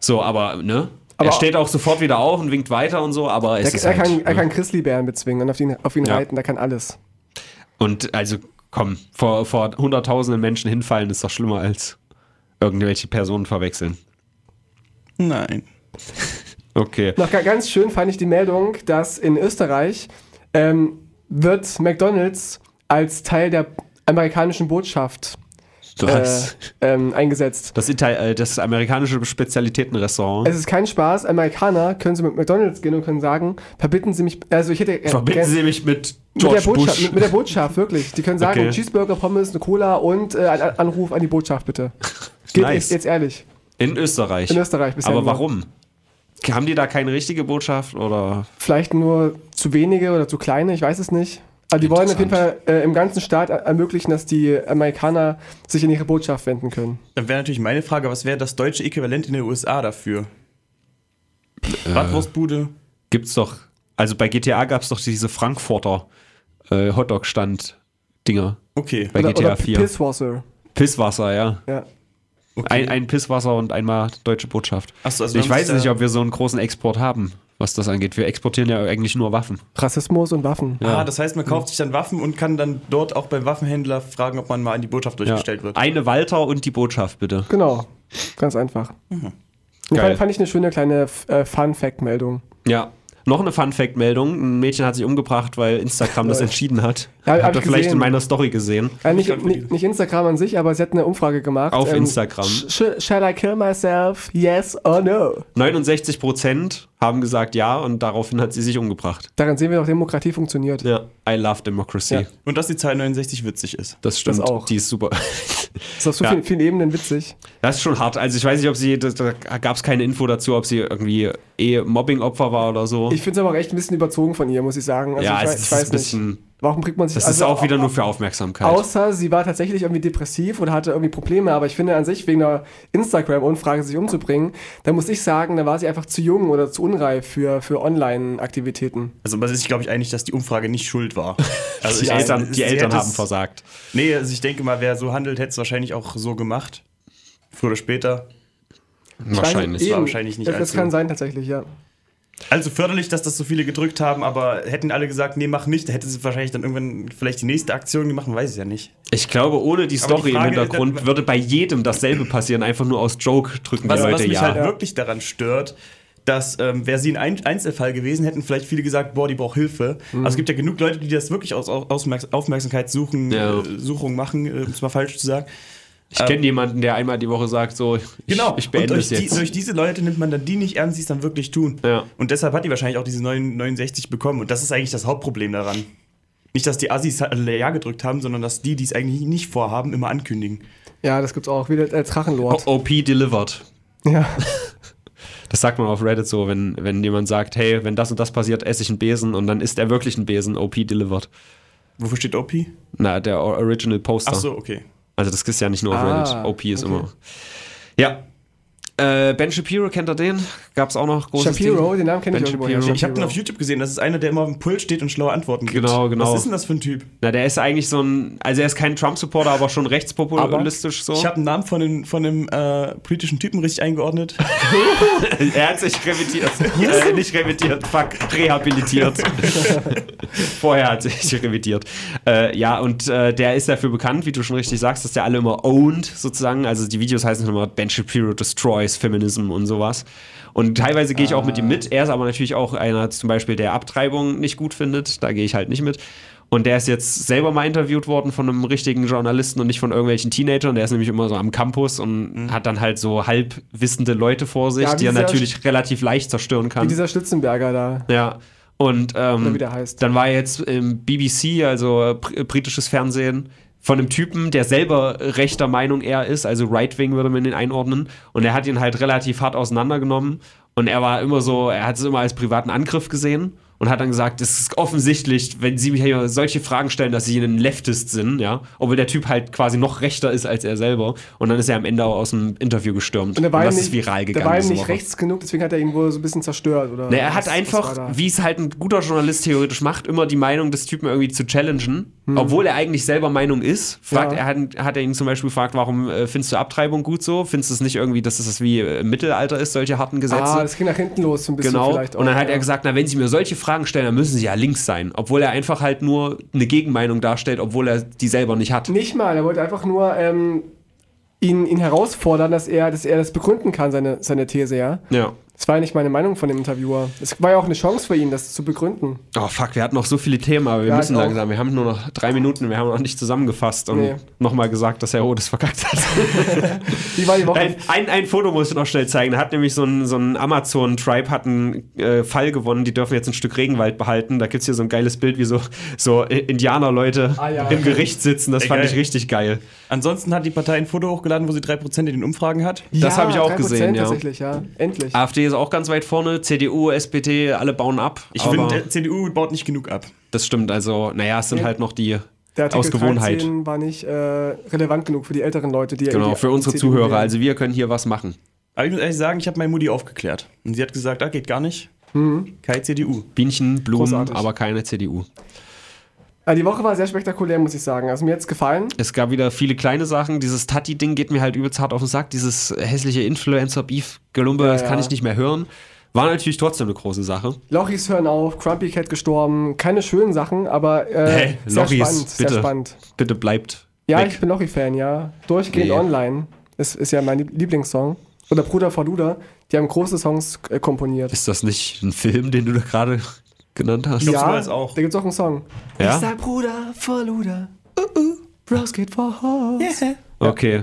Speaker 3: So, aber, ne?
Speaker 2: Aber-
Speaker 3: er steht auch sofort wieder auf und winkt weiter und so, aber es
Speaker 2: Er,
Speaker 3: ist
Speaker 2: er,
Speaker 3: halt,
Speaker 2: kann, er
Speaker 3: ne?
Speaker 2: kann Grizzlybären bezwingen und auf ihn, auf ihn
Speaker 3: Ja.
Speaker 2: reiten, da kann alles.
Speaker 3: Und also, komm, vor, vor hunderttausenden Menschen hinfallen ist doch schlimmer als irgendwelche Personen verwechseln.
Speaker 1: Nein.
Speaker 3: Okay.
Speaker 2: Noch ga- ganz schön fand ich die Meldung, dass in Österreich ähm, wird McDonalds als Teil der amerikanischen Botschaft äh,
Speaker 3: Das,
Speaker 2: ähm, eingesetzt.
Speaker 3: das, Ital äh, das amerikanische Spezialitätenrestaurant.
Speaker 2: Es ist kein Spaß, Amerikaner können sie mit McDonalds gehen und können sagen, verbinden sie mich, also ich hätte... äh,
Speaker 3: Verbinden
Speaker 2: gern-
Speaker 3: Sie mich mit
Speaker 2: mit der,
Speaker 3: George
Speaker 2: Botschaft,
Speaker 3: Bush.
Speaker 2: mit, mit der Botschaft, wirklich. Die können sagen,
Speaker 3: Okay.
Speaker 2: Cheeseburger, Pommes, eine Cola und äh, ein An- Anruf an die Botschaft, bitte. Geht
Speaker 3: Nice.
Speaker 2: jetzt, jetzt ehrlich.
Speaker 3: In Österreich.
Speaker 2: In Österreich bisher
Speaker 3: Aber
Speaker 2: nur.
Speaker 3: warum? Haben die da keine richtige Botschaft oder?
Speaker 2: Vielleicht nur zu wenige oder zu kleine, ich weiß es nicht. Aber die wollen auf jeden Fall äh, im ganzen Staat er- ermöglichen, dass die Amerikaner sich in ihre Botschaft wenden können.
Speaker 1: Dann wäre natürlich meine Frage, was wäre das deutsche Äquivalent in den USA dafür?
Speaker 3: Äh.
Speaker 1: Bratwurstbude.
Speaker 3: Gibt's doch. Also bei GTA gab's doch diese Frankfurter äh, Hotdog-Stand-Dinger
Speaker 1: Okay.
Speaker 3: bei GTA 4.
Speaker 2: Pisswasser.
Speaker 3: Pisswasser, ja.
Speaker 2: Ja.
Speaker 3: Ein, ein Pisswasser und einmal deutsche Botschaft.
Speaker 1: Achso, also
Speaker 3: ich
Speaker 1: wir haben
Speaker 3: weiß
Speaker 1: es
Speaker 3: nicht,
Speaker 1: ja-
Speaker 3: ob wir so einen großen Export haben, was das angeht. Wir exportieren ja eigentlich nur Waffen.
Speaker 2: Rassismus und Waffen.
Speaker 1: Ah, das heißt, man kauft sich dann Waffen und kann dann dort auch beim Waffenhändler fragen, ob man mal in die Botschaft
Speaker 3: Ja.
Speaker 1: durchgestellt wird.
Speaker 3: Eine Walter und die Botschaft, bitte.
Speaker 2: Genau. Ganz einfach. Ich
Speaker 3: Mhm. Geil.
Speaker 2: Fand, fand ich eine schöne kleine F- äh, Fun-Fact-Meldung.
Speaker 3: Ja. Noch eine Fun-Fact-Meldung. Ein Mädchen hat sich umgebracht, weil Instagram das entschieden hat.
Speaker 2: Ja, hab
Speaker 3: Habt
Speaker 2: ich
Speaker 3: ihr vielleicht
Speaker 2: gesehen.
Speaker 3: in meiner Story gesehen.
Speaker 2: Äh, nicht,
Speaker 1: Nicht
Speaker 2: nicht, nicht Instagram an sich, aber sie hat eine Umfrage gemacht. ähm,
Speaker 3: Auf Instagram.
Speaker 2: sh shall I kill myself? Yes or no?
Speaker 3: 69 Prozent haben gesagt ja und daraufhin hat sie sich umgebracht.
Speaker 2: Daran sehen wir doch, Demokratie funktioniert.
Speaker 3: Ja. I love democracy.
Speaker 2: Ja.
Speaker 1: Und dass die Zahl 69 witzig ist.
Speaker 3: Das stimmt.
Speaker 2: auch.
Speaker 3: Die ist super.
Speaker 2: Das ist auf so
Speaker 3: Ja.
Speaker 2: vielen, vielen Ebenen witzig.
Speaker 3: Das ist schon hart. Also ich weiß nicht, ob sie, das, da gab es keine Info dazu, ob sie irgendwie eh Mobbing-Opfer war oder so.
Speaker 2: Ich finde es aber auch echt ein bisschen überzogen von ihr, muss ich sagen. Also
Speaker 3: ja,
Speaker 2: ich,
Speaker 3: es
Speaker 2: wei-
Speaker 3: ist
Speaker 2: ich weiß
Speaker 3: ein bisschen.
Speaker 2: nicht. Warum kriegt man sich
Speaker 3: Das ist
Speaker 2: also
Speaker 3: auch wieder nur für
Speaker 2: au-
Speaker 3: Aufmerksamkeit.
Speaker 2: Außer sie war tatsächlich irgendwie depressiv oder hatte irgendwie Probleme, aber ich finde an sich wegen einer Instagram-Umfrage sich umzubringen, da muss ich sagen, da war sie einfach zu jung oder zu unreif für, für Online-Aktivitäten.
Speaker 1: Also man ist sich, glaube ich, einig, dass die Umfrage nicht schuld war. Also
Speaker 3: die
Speaker 1: ich-
Speaker 3: Eltern, die
Speaker 1: sie
Speaker 3: Eltern
Speaker 1: hätte
Speaker 3: haben
Speaker 1: es-
Speaker 3: versagt.
Speaker 1: Nee, also ich denke mal, wer so handelt, hätte es wahrscheinlich auch so gemacht. Früher oder später.
Speaker 3: Wahrscheinlich.
Speaker 1: war wahrscheinlich nicht
Speaker 2: Das, das
Speaker 1: allzu-
Speaker 2: kann sein tatsächlich, ja.
Speaker 1: Also förderlich, dass das so viele gedrückt haben, aber hätten alle gesagt, nee, mach nicht, hätte sie wahrscheinlich dann irgendwann vielleicht die nächste Aktion gemacht, man weiß es ja nicht.
Speaker 3: Ich glaube, ohne die
Speaker 1: Aber die
Speaker 3: Story im
Speaker 1: Frage-
Speaker 3: Hintergrund würde bei jedem dasselbe passieren. Einfach nur aus Joke drücken die
Speaker 1: Was, was
Speaker 3: Leute halt
Speaker 1: mich äh,
Speaker 3: ja.
Speaker 1: halt wirklich daran stört, dass ähm, wäre sie ein Ein- Einzelfall gewesen, hätten vielleicht viele gesagt, boah, die braucht Hilfe.
Speaker 3: Mhm.
Speaker 1: Also es gibt ja genug Leute, die das wirklich aus, aus Aufmerks- Aufmerksamkeit suchen,
Speaker 3: Ja.
Speaker 1: äh, Suchung machen, äh, um es mal falsch zu sagen.
Speaker 3: Ich kenne jemanden, der einmal die Woche sagt, so, ich, ich
Speaker 1: Genau.
Speaker 3: beende
Speaker 1: und
Speaker 3: es
Speaker 1: durch, die,
Speaker 3: jetzt.
Speaker 1: durch diese Leute nimmt man dann die nicht ernst, die es dann wirklich tun.
Speaker 3: Ja.
Speaker 1: Und deshalb hat die wahrscheinlich auch diese 9, 69 bekommen. Und das ist eigentlich das Hauptproblem daran. Nicht, dass die Assis halt alle Ja gedrückt haben, sondern dass die, die es eigentlich nicht vorhaben, immer ankündigen.
Speaker 2: Ja, das gibt's auch. Wie der äh, Drachenlord.
Speaker 3: OP delivered.
Speaker 2: Ja.
Speaker 3: Das sagt man auf Reddit so, wenn, wenn jemand sagt, hey, wenn das und das passiert, esse ich einen Besen und dann ist er wirklich ein Besen, OP delivered.
Speaker 1: Wofür steht OP?
Speaker 3: Na, der O- Original Poster.
Speaker 1: Ach so, okay.
Speaker 3: Also das ist ja nicht nur auf
Speaker 2: Ah,
Speaker 3: Reddit. OP ist
Speaker 2: okay.
Speaker 3: immer. Ja. Äh, ben Shapiro, kennt ihr den? Gab's auch noch großes
Speaker 2: Shapiro,
Speaker 3: Ding?
Speaker 2: den Namen kenne ich
Speaker 3: Ben
Speaker 2: irgendwo.
Speaker 3: Shapiro.
Speaker 2: ja.
Speaker 1: Ich habe den auf YouTube gesehen. Das ist einer, der immer auf dem Pult steht und schlaue Antworten gibt.
Speaker 3: Genau, genau.
Speaker 1: Was ist denn das für ein Typ?
Speaker 3: Na, der ist eigentlich so ein, also er ist kein Trump-Supporter, aber schon rechtspopulistisch so.
Speaker 1: Ich habe den Namen von dem, von dem äh, politischen Typen richtig eingeordnet.
Speaker 3: Er hat sich revidiert. äh, nicht revidiert, fuck, rehabilitiert. Vorher hat sich revidiert. Äh, ja, und äh, der ist dafür bekannt, wie du schon richtig sagst, dass der alle immer owned sozusagen. Also die Videos heißen immer Ben Shapiro Destroys Feminism und sowas. Und teilweise gehe ich auch mit ihm
Speaker 2: Ah.
Speaker 3: mit. Er ist aber natürlich auch einer zum Beispiel, der Abtreibung nicht gut findet. Da gehe ich halt nicht mit. Und der ist jetzt selber mal interviewt worden von einem richtigen Journalisten und nicht von irgendwelchen Teenagern. Der ist nämlich immer so am Campus und hat dann halt so halb wissende Leute vor sich,
Speaker 2: Mhm. Ja,
Speaker 3: die er
Speaker 2: dieser-
Speaker 3: natürlich relativ leicht zerstören kann.
Speaker 2: Wie dieser Schlitzenberger da.
Speaker 3: Ja. Und
Speaker 2: Oder
Speaker 3: ähm,
Speaker 2: wie der heißt.
Speaker 3: dann war er jetzt im BBC, also äh, br- britisches Fernsehen, von einem Typen, der selber rechter Meinung er ist, also Right-Wing würde man ihn einordnen. Und er hat ihn halt relativ hart auseinandergenommen. Und er war immer so, er hat es immer als privaten Angriff gesehen und hat dann gesagt, es ist offensichtlich, wenn sie mir hier solche Fragen stellen, dass sie ein Leftist sind, ja. Obwohl der Typ halt quasi noch rechter ist als er selber. Und dann ist er am Ende aus dem Interview gestürmt.
Speaker 2: Und der war ihm
Speaker 3: das
Speaker 2: nicht,
Speaker 3: ist viral gegangen.
Speaker 2: der war ihm
Speaker 3: diese
Speaker 2: nicht
Speaker 3: Woche.
Speaker 2: rechts genug, deswegen hat er ihn wohl so ein bisschen zerstört. Oder
Speaker 3: Na, Ne, er
Speaker 2: was- was
Speaker 3: hat
Speaker 2: war
Speaker 3: einfach,
Speaker 2: da?
Speaker 3: wie es halt ein guter Journalist theoretisch macht, immer die Meinung des Typen irgendwie zu challengen, obwohl er eigentlich selber Meinung ist. Fragt,
Speaker 2: Hm. Ja.
Speaker 3: Er hat, hat er ihn zum Beispiel gefragt, warum äh, findest du Abtreibung gut so? Findest du es nicht irgendwie, dass es wie äh, im Mittelalter ist, solche harten Gesetze?
Speaker 2: Ah, das ging nach hinten los, so ein bisschen
Speaker 3: genau.
Speaker 2: vielleicht.
Speaker 3: Und dann
Speaker 2: auch,
Speaker 3: hat
Speaker 2: ja.
Speaker 3: er gesagt, na, wenn sie mir solche Fragen stellen, dann müssen sie ja links sein. Obwohl er einfach halt nur eine Gegenmeinung darstellt, obwohl er die selber nicht hat.
Speaker 2: Nicht mal, er wollte einfach nur ähm, ihn, ihn herausfordern, dass er, dass er das begründen kann, seine, seine These, ja.
Speaker 3: Ja.
Speaker 2: Das war ja nicht meine Meinung von dem Interviewer. Es war ja auch eine Chance für ihn, das zu begründen.
Speaker 3: Oh fuck, wir hatten noch so viele Themen, aber wir
Speaker 2: Ja,
Speaker 3: müssen
Speaker 2: ich auch.
Speaker 3: langsam. Wir haben nur noch drei Minuten, wir haben noch nicht zusammengefasst und
Speaker 2: Nee.
Speaker 3: nochmal gesagt, dass Herr Rodes verkackt hat.
Speaker 2: Wie war die
Speaker 3: Ein,
Speaker 2: Woche?
Speaker 3: ein, ein Foto muss ich noch schnell zeigen. Da hat nämlich so ein, so ein Amazon-Tribe hat einen äh, Fall gewonnen. Die dürfen jetzt ein Stück Regenwald behalten. Da gibt es hier so ein geiles Bild, wie so, so I- Indianerleute
Speaker 2: Ah, ja.
Speaker 3: im Gericht sitzen. Das
Speaker 1: Ey,
Speaker 3: fand
Speaker 1: geil.
Speaker 3: ich richtig geil.
Speaker 1: Ansonsten hat die Partei ein Foto hochgeladen, wo sie 3% in den Umfragen hat.
Speaker 3: das habe ich auch
Speaker 2: 3%
Speaker 3: gesehen, ja.
Speaker 2: Tatsächlich, ja. Endlich.
Speaker 3: AfD ist auch ganz weit vorne. CDU, SPD, alle bauen ab.
Speaker 1: Ich
Speaker 3: Aber
Speaker 1: finde, äh, CDU baut nicht genug ab.
Speaker 3: das stimmt. Also, naja, es sind halt noch die
Speaker 2: Der Artikel
Speaker 3: aus Gewohnheit.
Speaker 2: 13 war nicht äh, relevant genug für die älteren Leute, die
Speaker 3: Genau,
Speaker 2: die
Speaker 3: für unsere
Speaker 2: CDU
Speaker 3: Zuhörer.
Speaker 2: wählen.
Speaker 3: Also, wir können hier was machen.
Speaker 1: Aber ich muss ehrlich sagen, ich habe meine Mutti aufgeklärt. Und sie hat gesagt, da geht gar nicht.
Speaker 2: Hm.
Speaker 1: Keine CDU.
Speaker 3: Bienchen, Blumen,
Speaker 2: Großartig.
Speaker 3: aber keine CDU.
Speaker 2: Äh, die Woche war sehr spektakulär, muss ich sagen. Also mir hat's gefallen.
Speaker 3: Es gab wieder viele kleine Sachen. Dieses Tati-Ding geht mir halt übelst hart auf den Sack. Dieses hässliche Influencer-Beef-Gelumbe, das
Speaker 2: ja.
Speaker 3: kann ich nicht mehr hören. War natürlich trotzdem eine große Sache.
Speaker 2: Lochis hören auf, Crumpy Cat gestorben. Keine schönen Sachen, aber äh,
Speaker 3: Hä?
Speaker 2: sehr
Speaker 3: Lochis,
Speaker 2: spannend.
Speaker 3: bitte.
Speaker 2: Sehr spannend.
Speaker 3: Bitte bleibt
Speaker 2: Ja,
Speaker 3: weg.
Speaker 2: ich bin Lochi-Fan, ja. Durchgehend
Speaker 3: Nee.
Speaker 2: online. Das ist ja mein Lieb- Lieblingssong. Oder Bruder vor Luda. Die haben große Songs äh, komponiert.
Speaker 3: Ist das nicht ein Film, den du da gerade genannt hast?
Speaker 1: glaub, sogar ist auch.
Speaker 2: da gibt's auch einen Song.
Speaker 3: Ja?
Speaker 2: Ich sag Bruder vor Luda. Uh, uh, Bros geht vor Haus.
Speaker 3: Okay,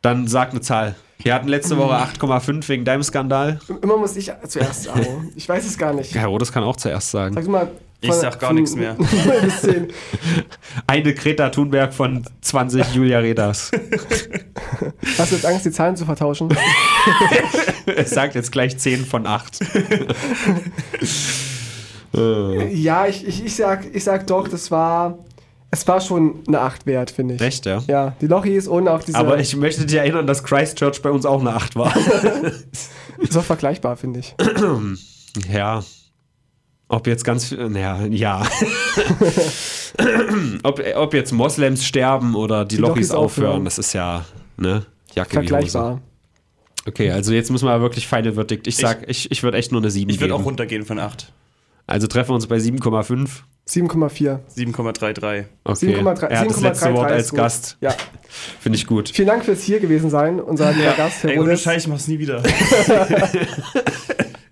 Speaker 3: dann sag eine Zahl. Wir hatten letzte
Speaker 2: Mhm.
Speaker 3: Woche 8,5 wegen deinem Skandal.
Speaker 2: Immer muss ich zuerst sagen. Ich weiß es gar nicht.
Speaker 3: Herr Rodes kann auch zuerst sagen.
Speaker 2: Sag mal.
Speaker 1: Ich
Speaker 2: von-
Speaker 1: sag gar
Speaker 2: von-
Speaker 1: nichts mehr.
Speaker 2: bis zehn.
Speaker 3: Eine Greta Thunberg von 20 Julia Redas.
Speaker 2: Hast du jetzt Angst, die Zahlen zu vertauschen?
Speaker 3: Es sagt jetzt gleich 10 von 8. äh.
Speaker 2: ja, ich, ich, ich, sag, ich sag doch, das war. Es war schon eine 8 wert, finde ich.
Speaker 3: Echt, ja?
Speaker 2: Ja, die Lochis und auch diese.
Speaker 3: Aber ich möchte dich erinnern, dass Christchurch bei uns auch eine 8 war.
Speaker 2: Ist auch vergleichbar, finde ich.
Speaker 3: ja. Ob jetzt ganz viel. Naja, ja. ob, ob jetzt Moslems sterben oder die,
Speaker 2: Die
Speaker 3: Lochis
Speaker 2: Lochis
Speaker 3: aufhören,
Speaker 2: aufhören.
Speaker 3: das ist ja, ne? Jacke wie Hose.
Speaker 2: Vergleichbar.
Speaker 3: Okay, also jetzt müssen wir wirklich final verdict. Ich sag, ich, ich, würde echt nur eine 7
Speaker 1: Ich würde auch
Speaker 3: geben.
Speaker 1: runtergehen von 8.
Speaker 3: also treffen wir uns bei 7,5.
Speaker 2: 7,4.
Speaker 1: 7,33.
Speaker 3: Okay.
Speaker 2: 7,3.
Speaker 3: er hat das letzte
Speaker 2: 7,33
Speaker 3: Wort
Speaker 2: ist
Speaker 3: als
Speaker 2: gut.
Speaker 3: Gast.
Speaker 2: Ja.
Speaker 3: Finde ich gut.
Speaker 2: Vielen Dank fürs hier gewesen sein, unser lieber Gast, Herr
Speaker 1: Ey, ohne
Speaker 2: Rodes.
Speaker 1: Scheiß, ich mach's nie wieder. ich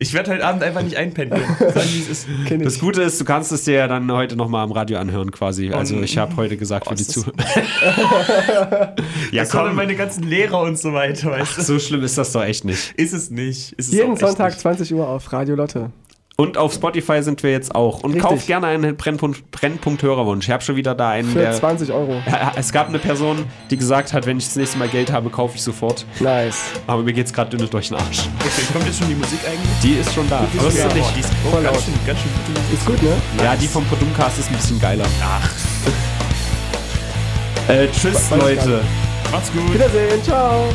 Speaker 1: Ich werde heute Abend einfach nicht einpendeln. Sagen, wie es ist.
Speaker 2: Kenn
Speaker 3: Das
Speaker 2: ich.
Speaker 3: Gute ist, du kannst es dir ja dann heute nochmal am Radio anhören quasi. Also ich habe heute gesagt für die
Speaker 1: ist das-
Speaker 3: Zuhörer. ja,
Speaker 1: Das waren dann
Speaker 3: komm,
Speaker 1: meine ganzen Lehrer und so weiter, weißt du.
Speaker 3: so schlimm ist das doch echt nicht.
Speaker 1: Ist es nicht. Ist es auch
Speaker 2: Jeden
Speaker 1: echt
Speaker 2: Sonntag
Speaker 1: nicht.
Speaker 2: 20 Uhr auf Radio Lotte.
Speaker 3: Und auf Spotify sind wir jetzt auch. Und
Speaker 2: Richtig.
Speaker 3: kauft gerne einen Brennpunkt, Brennpunkt Hörerwunsch. Ich habe schon wieder da einen,
Speaker 2: Für
Speaker 3: der...
Speaker 2: 20 Euro.
Speaker 3: Ja, Es gab eine Person, die gesagt hat, wenn ich das nächste Mal Geld habe, kaufe ich sofort.
Speaker 2: Nice.
Speaker 3: Aber mir geht's gerade dünn durch den Arsch.
Speaker 1: Okay, kommt jetzt schon die Musik eigentlich?
Speaker 3: Die ist schon da. Aber
Speaker 1: ja,
Speaker 3: ist
Speaker 1: boah,
Speaker 3: nicht.
Speaker 1: die ist oh,
Speaker 2: Voll
Speaker 1: ganz,
Speaker 2: laut.
Speaker 1: schön, ganz schön gute Musik.
Speaker 2: Ist gut, ne?
Speaker 3: Ja, die vom Podumcast ist ein bisschen geiler. Ach. Äh, tschüss,
Speaker 2: Weiß ich gar
Speaker 3: Leute.
Speaker 1: Macht's gut.
Speaker 2: Wiedersehen. Ciao.